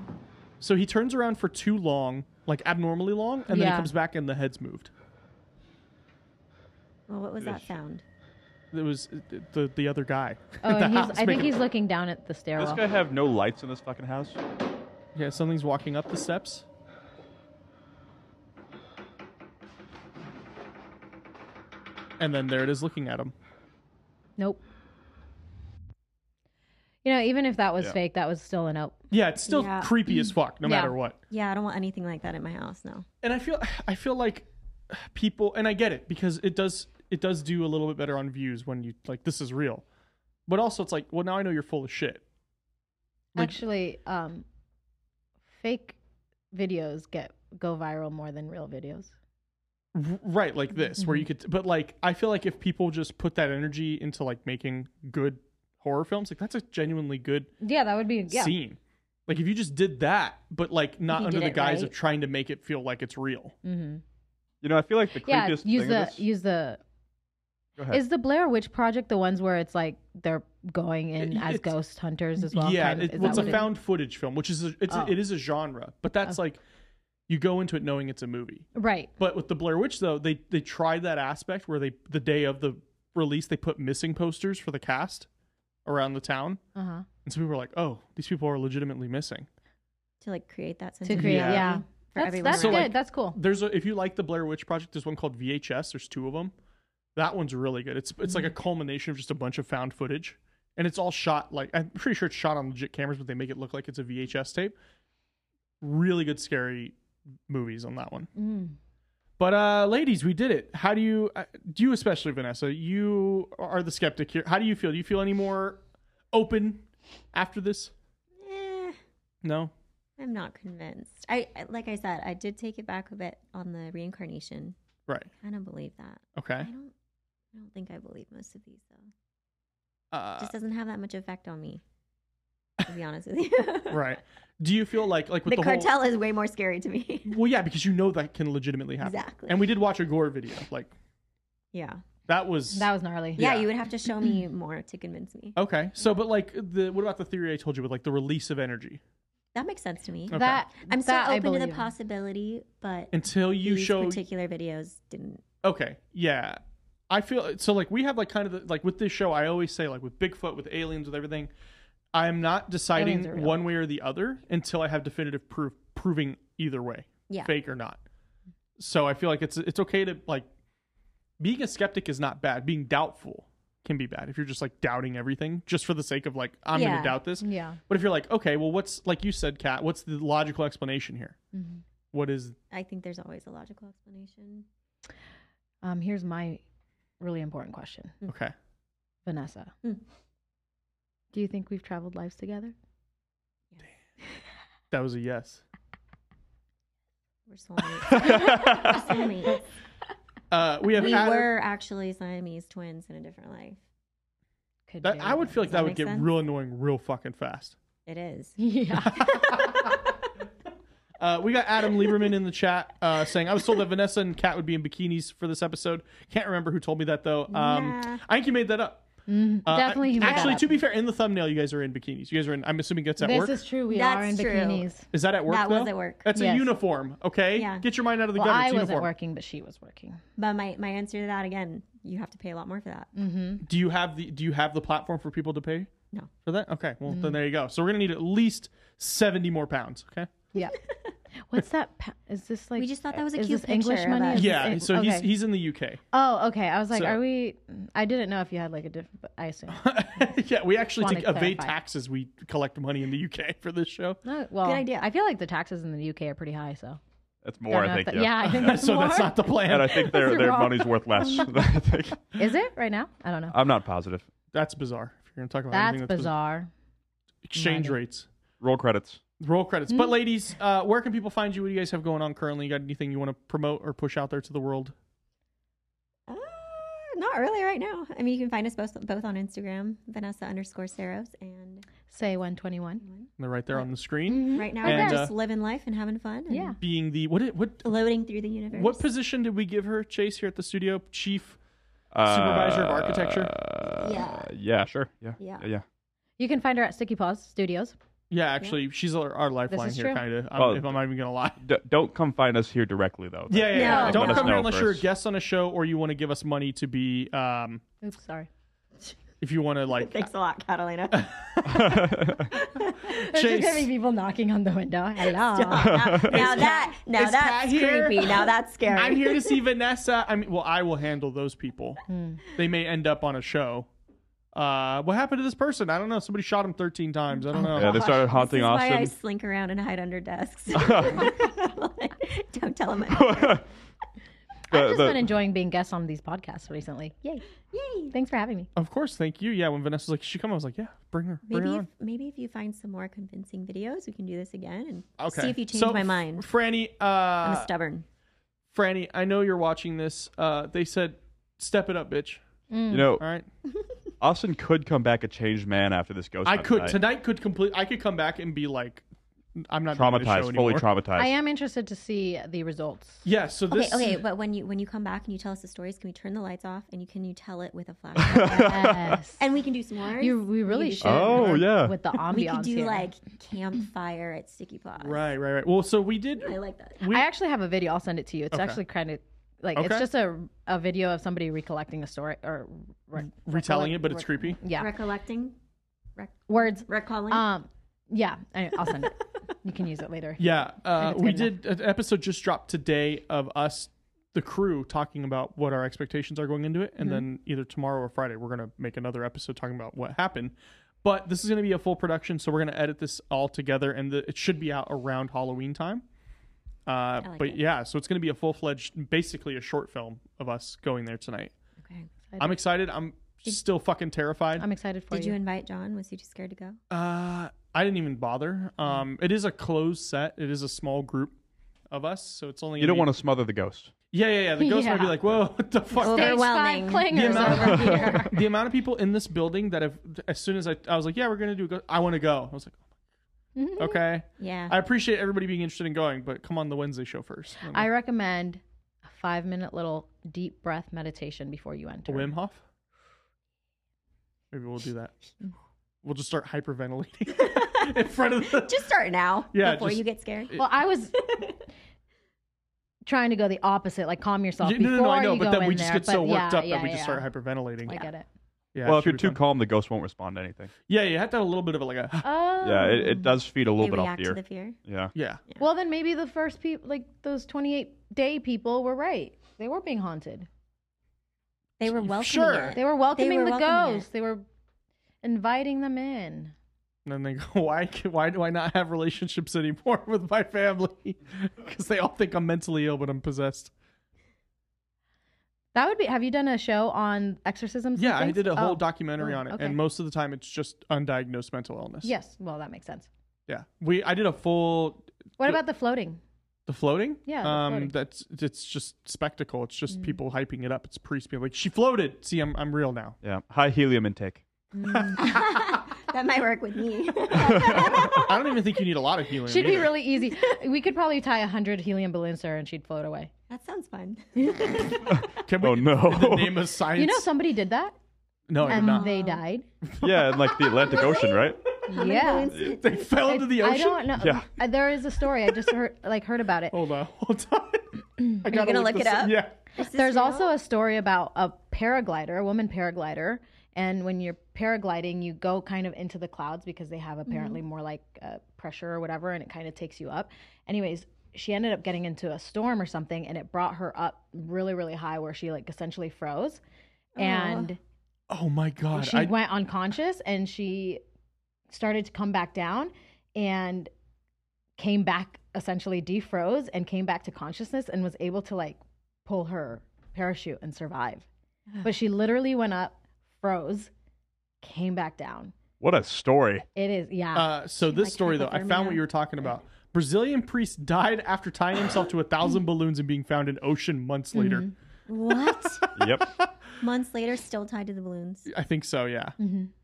A: So he turns around for too long, like abnormally long, and then he
C: Yeah.
A: comes back and the head's moved.
C: Well, what was that
B: Fish.
C: sound?
A: It was uh, the the other guy.
D: Oh,
A: at the
D: and he's,
A: house
D: I think
A: making-
D: he's looking down at the
B: Does
D: stairwell.
B: this guy have no lights in this fucking house?
A: Yeah, something's walking up the steps. And then there it is looking at him.
D: Nope. You know, even if that was
A: Yeah.
D: fake, that was still a nope.
A: Yeah, it's still
C: Yeah.
A: creepy as fuck, no
C: Yeah.
A: matter what.
C: Yeah, I don't want anything like that in my house. No.
A: and I feel I feel like people and I get it because it does it does do a little bit better on views when you like this is real. But also it's like, well now I know you're full of shit. Like-
D: Actually, um, fake videos get go viral more than real videos.
A: R- Right, like this where
D: Mm-hmm.
A: you could but like I feel like if people just put that energy into like making good horror films, like that's a genuinely good
D: Yeah, that would be yeah.
A: scene. Like if you just did that, but like not
D: you
A: under
D: did
A: the
D: it
A: guise of
D: right.
A: trying to make it feel like it's real.
D: Mm-hmm.
B: You know, I feel like the
D: Yeah,
B: creepiest
D: use
B: thing.
D: the
B: of this,
D: use the
B: Go ahead.
D: Is the Blair Witch Project the ones where it's like they're going in as
A: It's-
D: ghost hunters as well?
A: yeah,
D: kind of?
A: it,
D: Is
A: well, it's
D: that
A: a
D: what it-
A: found footage film, which is a, it's
D: Oh.
A: it is a genre, but that's like you go into it knowing it's a movie,
D: Right.
A: But with the Blair Witch though, they they tried that aspect where they the day of the release they put missing posters for the cast around the town,
D: Uh-huh.
A: and so people were like, "Oh, these people are legitimately missing."
C: to like create that sense
D: To
C: of
D: create,
C: community
D: yeah.
C: for
D: That's-
C: everyone.
D: that's
C: around.
D: good. that's cool.
A: There's a if you like the Blair Witch Project, there's one called VHS. There's two of them. That one's really good. It's it's
C: Mm-hmm.
A: like a culmination of just a bunch of found footage, and it's all shot like I'm pretty sure it's shot on legit cameras, but they make it look like it's a VHS tape. Really good scary movies on that one.
D: Mm.
A: But uh ladies, we did it. How do you uh, do you especially Vanessa? You are the skeptic here. How do you feel? Do you feel any more open after this?
C: Eh,
A: No.
C: I'm not convinced. I I- like I said, I did take it back a bit on the reincarnation.
A: Right.
C: I kind of believe that.
A: Okay.
C: I don't. I don't think I believe most of these though.
A: Uh,
C: It just doesn't have that much effect on me. To be honest with you,
A: right. Do you feel like like with the,
C: the,
A: whole-
C: cartel is way more scary to me.
A: Well, yeah, because you know that can legitimately happen.
C: Exactly.
A: And we did watch a gore video. Like
C: yeah.
A: that was
D: That was gnarly.
C: yeah. you would have to show me more to convince me.
A: okay. So, but like the what about the theory I told you with like the release of energy
C: That makes sense to me.
A: Okay. That-
C: I'm still
D: that I
C: open to the
D: believe.
C: possibility, but
A: until you
C: these
A: show?
C: particular videos didn't.
A: okay, yeah. I feel so like we have like kind of the, like with this show. I always say like with Bigfoot, with aliens, with everything. I am not
C: Aliens are
A: deciding
C: real.
A: one way or the other until I have definitive proof proving either way,
C: Yeah.
A: fake or not. So I feel like it's it's okay to like being a skeptic is not bad. Being doubtful can be bad if you're just like doubting everything just for the sake of like I'm
D: Yeah.
A: gonna doubt this.
D: Yeah.
A: But if you're like, okay, well, what's like you said, Kat? What's the logical explanation here?
C: Mm-hmm.
D: Mhm.
A: What is?
C: I think there's always a logical explanation.
D: Um, here's my really important question,
C: Mm.
A: Okay.
D: Vanessa. Do you think we've traveled lives together?
A: That was a yes.
C: We're soulmates. We're soulmates.
A: Uh, we have.
C: we
A: Adam-
C: were actually Siamese twins in a different life.
A: that, I would feel like
C: Does
A: that,
C: that
A: would
C: make
A: get
C: sense?
A: real annoying real fucking fast.
C: It is.
D: Yeah.
A: Uh, we got Adam Lieberman in the chat uh, saying, "I was told that Vanessa and Kat would be in bikinis for this episode. Can't remember who told me that though. Um,
D: Nah.
A: I think you made that up. Uh,
D: Mm, definitely. he made that
A: Actually,
D: up.
A: to be fair, in the thumbnail, you guys are in bikinis. You guys are in. I'm assuming it's at
D: this
A: work.
D: is true. We
C: That's
D: are in
C: true.
D: bikinis.
A: Is that at work?
C: That was
A: though?
C: at work.
A: That's a
C: Yes.
A: uniform. Okay.
C: Yeah.
A: Get your mind out of the
D: Well,
A: gutter.
D: I
A: It's a
D: wasn't
A: uniform.
D: working, but she was working.
C: But my, my answer to that again, you have to pay a lot more for that.
D: Mm-hmm.
A: Do you have the Do you have the platform for people to pay?
C: No.
A: For that? Okay. Well,
D: Mm.
A: then there you go. So we're gonna need at least seventy more pounds. Okay.
D: Yeah. What's that? pa- Is this like?
C: We just thought that was a
D: is
C: cute
D: this English
C: picture of
D: money?
C: us.
D: Is
A: yeah.
D: this
A: so
D: Eng-
A: he's
D: okay.
A: he's in the UK.
D: Oh, okay. I was like,
A: So-
D: are we? I didn't know if you had like a different. But I assume.
A: yeah. We actually
D: Wanna
A: to evade
D: clarify.
A: taxes. We collect money in the UK for this show.
D: No, well,
C: Good idea.
D: I feel like the taxes in the UK are pretty high, so.
B: That's
D: Don't
B: more,
D: know
B: I
D: if
B: think.
D: that- yeah, I think that's
A: so that's
D: more.
A: not the plan.
B: And I think their
D: That's
B: their
D: wrong.
B: money's worth less. I think.
D: Is it right now? I don't
A: Uh,
D: know.
B: I'm not positive.
A: That's bizarre. If you're gonna talk about
D: That's
A: anything
D: bizarre.
A: exchange rates,
B: Roll credits.
A: roll credits. But
D: Mm.
A: ladies, uh, where can people find you? What do you guys have going on currently? You got anything you want to promote or push out there to the world?
C: Uh, not really right now. I mean, you can find us both, both on Instagram, Vanessa underscore Saros. And
D: Say 121.
A: They're right there on the
D: Mm.
A: screen.
C: right now,
A: And,
C: we're
A: uh,
C: just living life and having fun. And
D: Yeah.
A: being the what it, what
C: Floating through the universe.
A: What position did we give her, Chase, here at the studio? Chief Supervisor of Architecture?
C: Yeah.
B: Uh, Yeah, sure. Yeah.
C: Yeah.
B: Yeah.
D: You can find her at Sticky Paws Studios.
A: Yeah, actually, she's our, our lifeline
D: is
A: here,
D: true.
A: kind of.
B: Oh.
A: If I'm not even going to lie.
B: D- don't come find us here directly, though.
A: Yeah, yeah, yeah.
C: No.
A: Don't
B: Let us
A: come here
B: know
A: unless you're a
B: first.
A: guest on a show or you want to give us money to be, um,
D: Oops, sorry.
A: if you want to, like,
C: Thanks a lot, Catalina.
D: There's just gonna
A: Chase.
D: be people knocking on the window. Hello.
C: now that, now
A: Is Kat
C: that's
A: here?
C: creepy. Now that's scary.
A: I'm here to see Vanessa. I mean, well, I will handle those people.
D: Hmm.
A: They may end up on a show. Uh, what happened to this person? I don't know. Somebody shot him 13 times. I don't know.
B: Yeah, they started haunting
C: Oh, This is why I
B: Austin.
C: slink around and hide under desks. Like, don't tell them. I'm here.
B: The-
D: I've just
B: the-
D: been enjoying being guests on these podcasts recently. Yay.
C: Yay.
D: Thanks for having me.
A: Of course, thank you. Yeah, when Vanessa's like, she come, I was like, yeah, bring her, bring
C: Maybe
A: her
C: if,
A: on.
C: maybe if you find some more convincing videos, we can do this again and
A: Okay.
C: see if you change
A: So,
C: my mind.
A: Franny, uh,
C: I'm stubborn.
A: Franny, I know you're watching this. Uh, they said, step it up, bitch.
B: You know,
A: All right.
B: Austin could come back a changed man after this ghost.
A: I
B: hunt
A: could tonight could complete. I could come back and be like I'm not doing this show
B: traumatized, fully
A: anymore.
B: traumatized.
D: I am interested to see the results.
A: Yeah. So this.
C: okay, okay, but when you when you come back and you tell us the stories, can we turn the lights off and you can you tell it with a flashlight?
D: Yes.
C: and we can do s'mores.
D: You- we
C: can
D: really
C: do
D: should
B: Oh,
C: s'mores.
B: yeah. with
D: the
C: We could
D: ambiance
C: do
D: here.
C: like campfire at Sticky Paws.
A: Right, right, right. Well, so we did.
C: I like that.
D: I actually have a video. I'll send it to you. It's
A: Okay.
D: actually kind of like
A: Okay.
D: it's just a a video of somebody recollecting a story or re-
A: Retelling it, but
D: recollect-
A: it's creepy?
D: Yeah,
C: recollecting
D: words.
C: Recalling.
D: Um. Yeah. Anyway, I'll send it. you can use it later.
A: Yeah,
D: I
A: uh,
D: think it's
A: we
D: good enough.
A: did an episode just dropped today of us, the crew, talking about what our expectations are going into it, and
D: Mhm.
A: then either tomorrow or Friday we're gonna make another episode talking about what happened. But this is gonna be a full production, so we're gonna edit this all together, and the, it should be out around Halloween time. Uh,
C: like
A: but
C: it.
A: yeah, so it's gonna be a full fledged, basically a short film of us going there tonight.
C: Okay.
A: I'm excited. I'm still fucking terrified.
D: I'm excited for
C: Did
D: you.
C: you invite John? Was he too scared to go?
A: Uh, I didn't even bother. Um, it is a closed set. It is a small group of us, so it's only.
B: You don't
A: gonna
B: want
A: be-
B: to smother the ghost.
A: Yeah, yeah, yeah. The ghost might be
D: Yeah.
A: like, "Whoa, what the fuck?"
C: Overwhelming.
A: The amount, the amount of people in this building that have, as soon as I, I was like, "Yeah, we're gonna do," a ghost, I want to go. I was like, "Oh
D: Mm-hmm.
A: "Okay."
C: Yeah.
A: I appreciate everybody being interested in going, but come on the Wednesday show first. And I'm
D: I
A: like,
D: recommend a five minute little deep breath meditation before you enter.
A: Wim Hof. Maybe we'll do that. We'll just start hyperventilating in front of the.
C: Just start now.
A: Yeah,
C: Before
A: just-
C: you get scared.
D: Well, I was trying to go the opposite, like calm yourself.
A: Yeah, no, no, no,
D: before
A: I know,
D: you
A: but
D: go
A: then we
D: in
A: just
D: there.
A: get so
D: But
A: worked
D: yeah,
A: up
D: yeah,
A: that we just
D: yeah.
A: start hyperventilating.
D: I get it.
A: Yeah,
B: well,
A: it
B: if you're
A: should be
B: too
A: fun.
B: calm, the ghost won't respond to anything.
A: Yeah, you have to have a little bit of like a.
D: Oh.
B: Yeah, it, it does feed a little
C: They
B: bit off
C: react to
B: fear.
C: the fear.
B: Yeah.
A: Yeah.
D: Well, then maybe the first people, like those 28 day people, were right. They were being haunted.
C: They were welcoming
A: Sure.
C: it.
D: They were welcoming
C: were
D: the
C: welcoming it.
D: ghosts. They were inviting them in.
A: And then they go, why, why do I not have relationships anymore with my family? Because they all think I'm mentally ill, but I'm possessed.
D: That would be. Have you done a show on exorcisms? and
A: Yeah, I
D: things?
A: did a whole
D: Oh.
A: documentary
D: Oh,
A: on it,
D: okay.
A: and most of the time it's just undiagnosed mental illness.
D: yes. Well, that makes sense.
A: Yeah, we I did a full
D: What about the floating?
A: the floating.
D: Yeah, the
A: um,
D: floating. Mm.
A: that's it's just spectacle. It's just people hyping it up. It's priests being like, she floated. See, I'm I'm real now.
B: Yeah. High helium intake.
C: That might work with me.
A: I don't even think you need a lot of helium.
D: Should be
A: either.
D: really easy. We could probably tie a hundred helium balloons to her and she'd float away.
C: that sounds fun.
A: Can we, oh no! In the name of science.
D: You know, somebody did that
A: no, I did
D: and
A: not.
D: they died.
B: yeah, and like the Atlantic Ocean, right?
D: yeah.
A: They fell into the ocean.
D: um,
A: Oh.
D: I don't know.
B: Yeah.
D: Uh, There is a story I just heard, like heard about it.
A: Hold on, hold on. I
C: Are you
A: gotta
C: gonna look
A: this
C: it up?
A: Yeah.
D: There's also a story about a paraglider, a woman paraglider, and when you're paragliding, you go kind of into the clouds because they have apparently more like uh, pressure or whatever, and it kind of takes you up. Anyways, she ended up getting into a storm or something, and it brought her up really, really high where she like essentially froze, and
A: Oh my god!
D: she
A: I,
D: went unconscious, and she started to come back down, and came back essentially defroze and came back to consciousness and was able to like pull her parachute and survive. But she literally went up, froze, came back down.
B: What a story.
D: It is yeah.
A: Uh, so this story though, I found what you were talking about. Brazilian priest died after tying himself to a thousand balloons and being found in ocean months later.
D: Mm-hmm.
C: What?
B: Yep.
C: Months later, still tied to the balloons.
A: I think so. Yeah.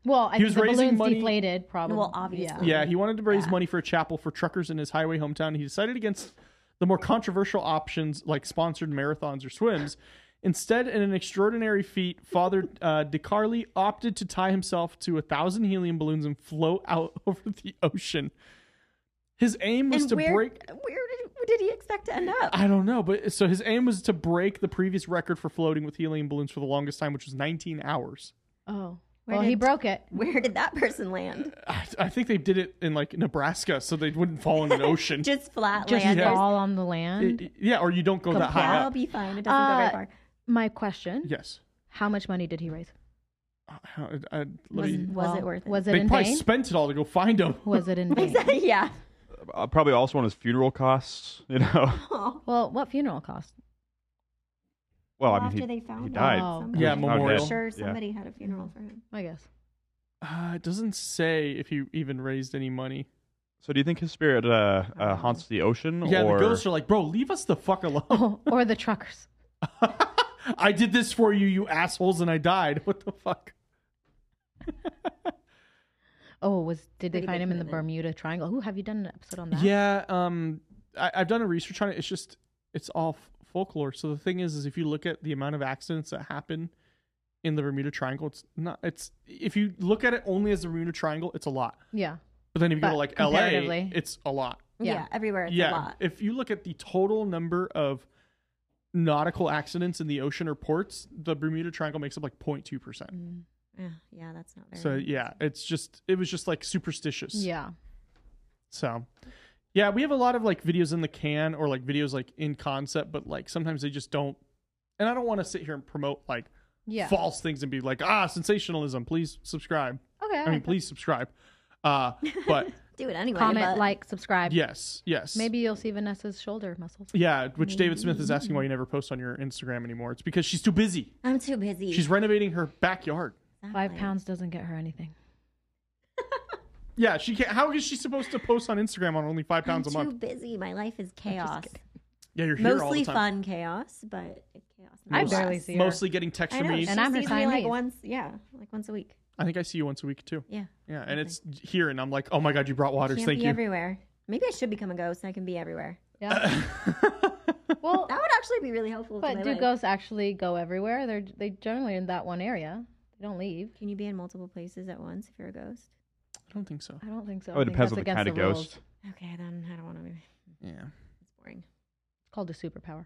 D: well, I
A: he
D: think
A: was
D: the
A: raising
D: balloons
A: money-
D: deflated probably.
C: Well, obviously.
D: Yeah.
A: Yeah. He wanted to raise money for a chapel for truckers in his highway hometown. He decided against the more controversial options like sponsored marathons or swims. Instead, in an extraordinary feat, Father uh, DiCarli opted to tie himself to a thousand helium balloons and float out over the ocean. His aim was
C: And
A: to
C: where,
A: break
C: where did, did he expect to end up?
A: I don't know, but so his aim was to break the previous record for floating with helium balloons for the longest time, which was 19 hours.
D: Oh.
C: Where
D: well, he
C: did-
D: broke it.
C: Where did that person land?
A: I, I think they did it in like Nebraska, so they wouldn't fall in an ocean.
C: Just flat
D: Just
C: land. There's-
D: all on the land.
A: Y- yeah, or you don't go that high
C: That'll
A: up.
C: be fine. It doesn't go very
D: Uh,
C: far.
D: My question:
A: Yes.
D: How much money did he raise?
A: I, I, let
C: Was,
A: me-
C: was it
D: Well,
C: worth it?
D: Was it
A: they
D: in
A: probably
D: vain?
A: spent it all to go find him.
D: was it in vain?
C: yeah.
B: Uh, probably also on his funeral costs, you know.
D: well, what funeral cost?
B: Well, Oh, I
C: After
B: mean, he,
C: they found
B: he
C: him,
B: died.
D: Oh.
C: somebody-
A: Yeah,
C: I'm
A: memorial.
C: sure
B: Yeah.
C: somebody had a funeral for him.
D: I guess.
A: Uh, it doesn't say if he even raised any money.
B: So do you think his spirit uh, uh, haunts the ocean?
A: Yeah,
B: or...
A: the ghosts are like, bro, leave us the fuck alone.
D: or the truckers.
A: I did this for you, you assholes, and I died. What the fuck?
D: Oh, was did they
A: Pretty
D: find
A: big
D: him in the
A: commitment.
D: Bermuda Triangle? Who have you done an episode on that?
A: Yeah, um, I, I've done a research on it. It's just it's all f- folklore. So the thing is, is if you look at the amount of accidents that happen in the Bermuda Triangle, it's not. It's if you look at it only as the Bermuda Triangle, it's a lot.
D: Yeah.
A: But then if you go
D: But
A: to like
D: comparatively-
A: LA, it's a lot.
C: Yeah, everywhere it's a lot.
A: If you look at the total number of nautical accidents in the ocean or ports, the Bermuda Triangle makes up like 0.2 percent.
C: Mm-hmm. Yeah, yeah, that's not very.
A: So yeah, it's just it was just like superstitious.
D: Yeah.
A: So, yeah, we have a lot of like videos in the can or like videos like in concept, but like sometimes they just don't. And I don't want to sit here and promote like
D: Yeah.
A: false things and be like, ah, sensationalism. Please subscribe.
D: Okay,
A: I,
D: I like
A: mean,
D: that.
A: please subscribe. Uh, but
C: Do it anyway.
D: Comment,
C: but-
D: like, subscribe.
A: yes, yes.
D: Maybe you'll see Vanessa's shoulder muscles.
A: Yeah, which David Smith is asking
C: Mm-hmm.
A: why you never post on your Instagram anymore. It's because she's too busy.
C: I'm too busy.
A: She's renovating her backyard.
D: Five pounds doesn't get her anything.
A: Yeah, she can't. How is she supposed to post on Instagram on only five pounds
C: I'm
A: a month?
C: too busy. My life is chaos.
A: Yeah, you're here all the
C: Mostly
A: time.
C: fun chaos, but chaos.
A: I
C: nonetheless.
A: barely see her. Mostly getting texts
C: I
A: from
C: know,
A: me.
C: she
A: And I'm her
C: sees me like
D: Siamese.
C: once, yeah, like once a week.
A: I think I see you once a week too.
C: Yeah.
A: Yeah, and it's here, and I'm like, oh my god, you brought waters.
C: Can't
A: Thank
C: be
A: you.
C: everywhere. Maybe I should become a ghost and I can be everywhere.
D: Yeah. well,
C: that would actually be really helpful. to my
D: But do
C: life.
D: ghosts actually go everywhere? They're they generally in that one area. They don't leave.
C: Can you be in multiple places at once if you're a ghost?
A: I don't think so.
D: I don't think so.
B: Oh,
D: I
B: it
D: think
B: depends
D: that's
B: on the
D: against
B: kind of
D: rules.
B: ghost.
C: Okay, then I don't want to be.
A: Yeah.
C: It's boring.
D: It's called a superpower.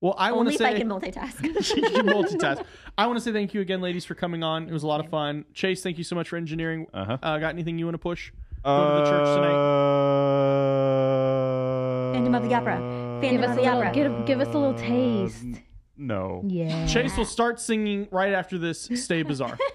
A: Well, I want
C: Only
A: to
C: if
A: say
C: I can multitask.
A: She can multitask. I want to say thank you again, ladies, for coming on. It was a lot of fun. Chase, thank you so much for engineering. Uh-huh. got anything you want to push? Go to the church tonight.
C: Phantom of the Opera. Phantom
D: Uh, Give us
C: of the
D: a little.
C: Opera.
D: Give, give us a little taste.
B: No.
D: Yeah.
A: Chase will start singing right after this. Stay bizarre.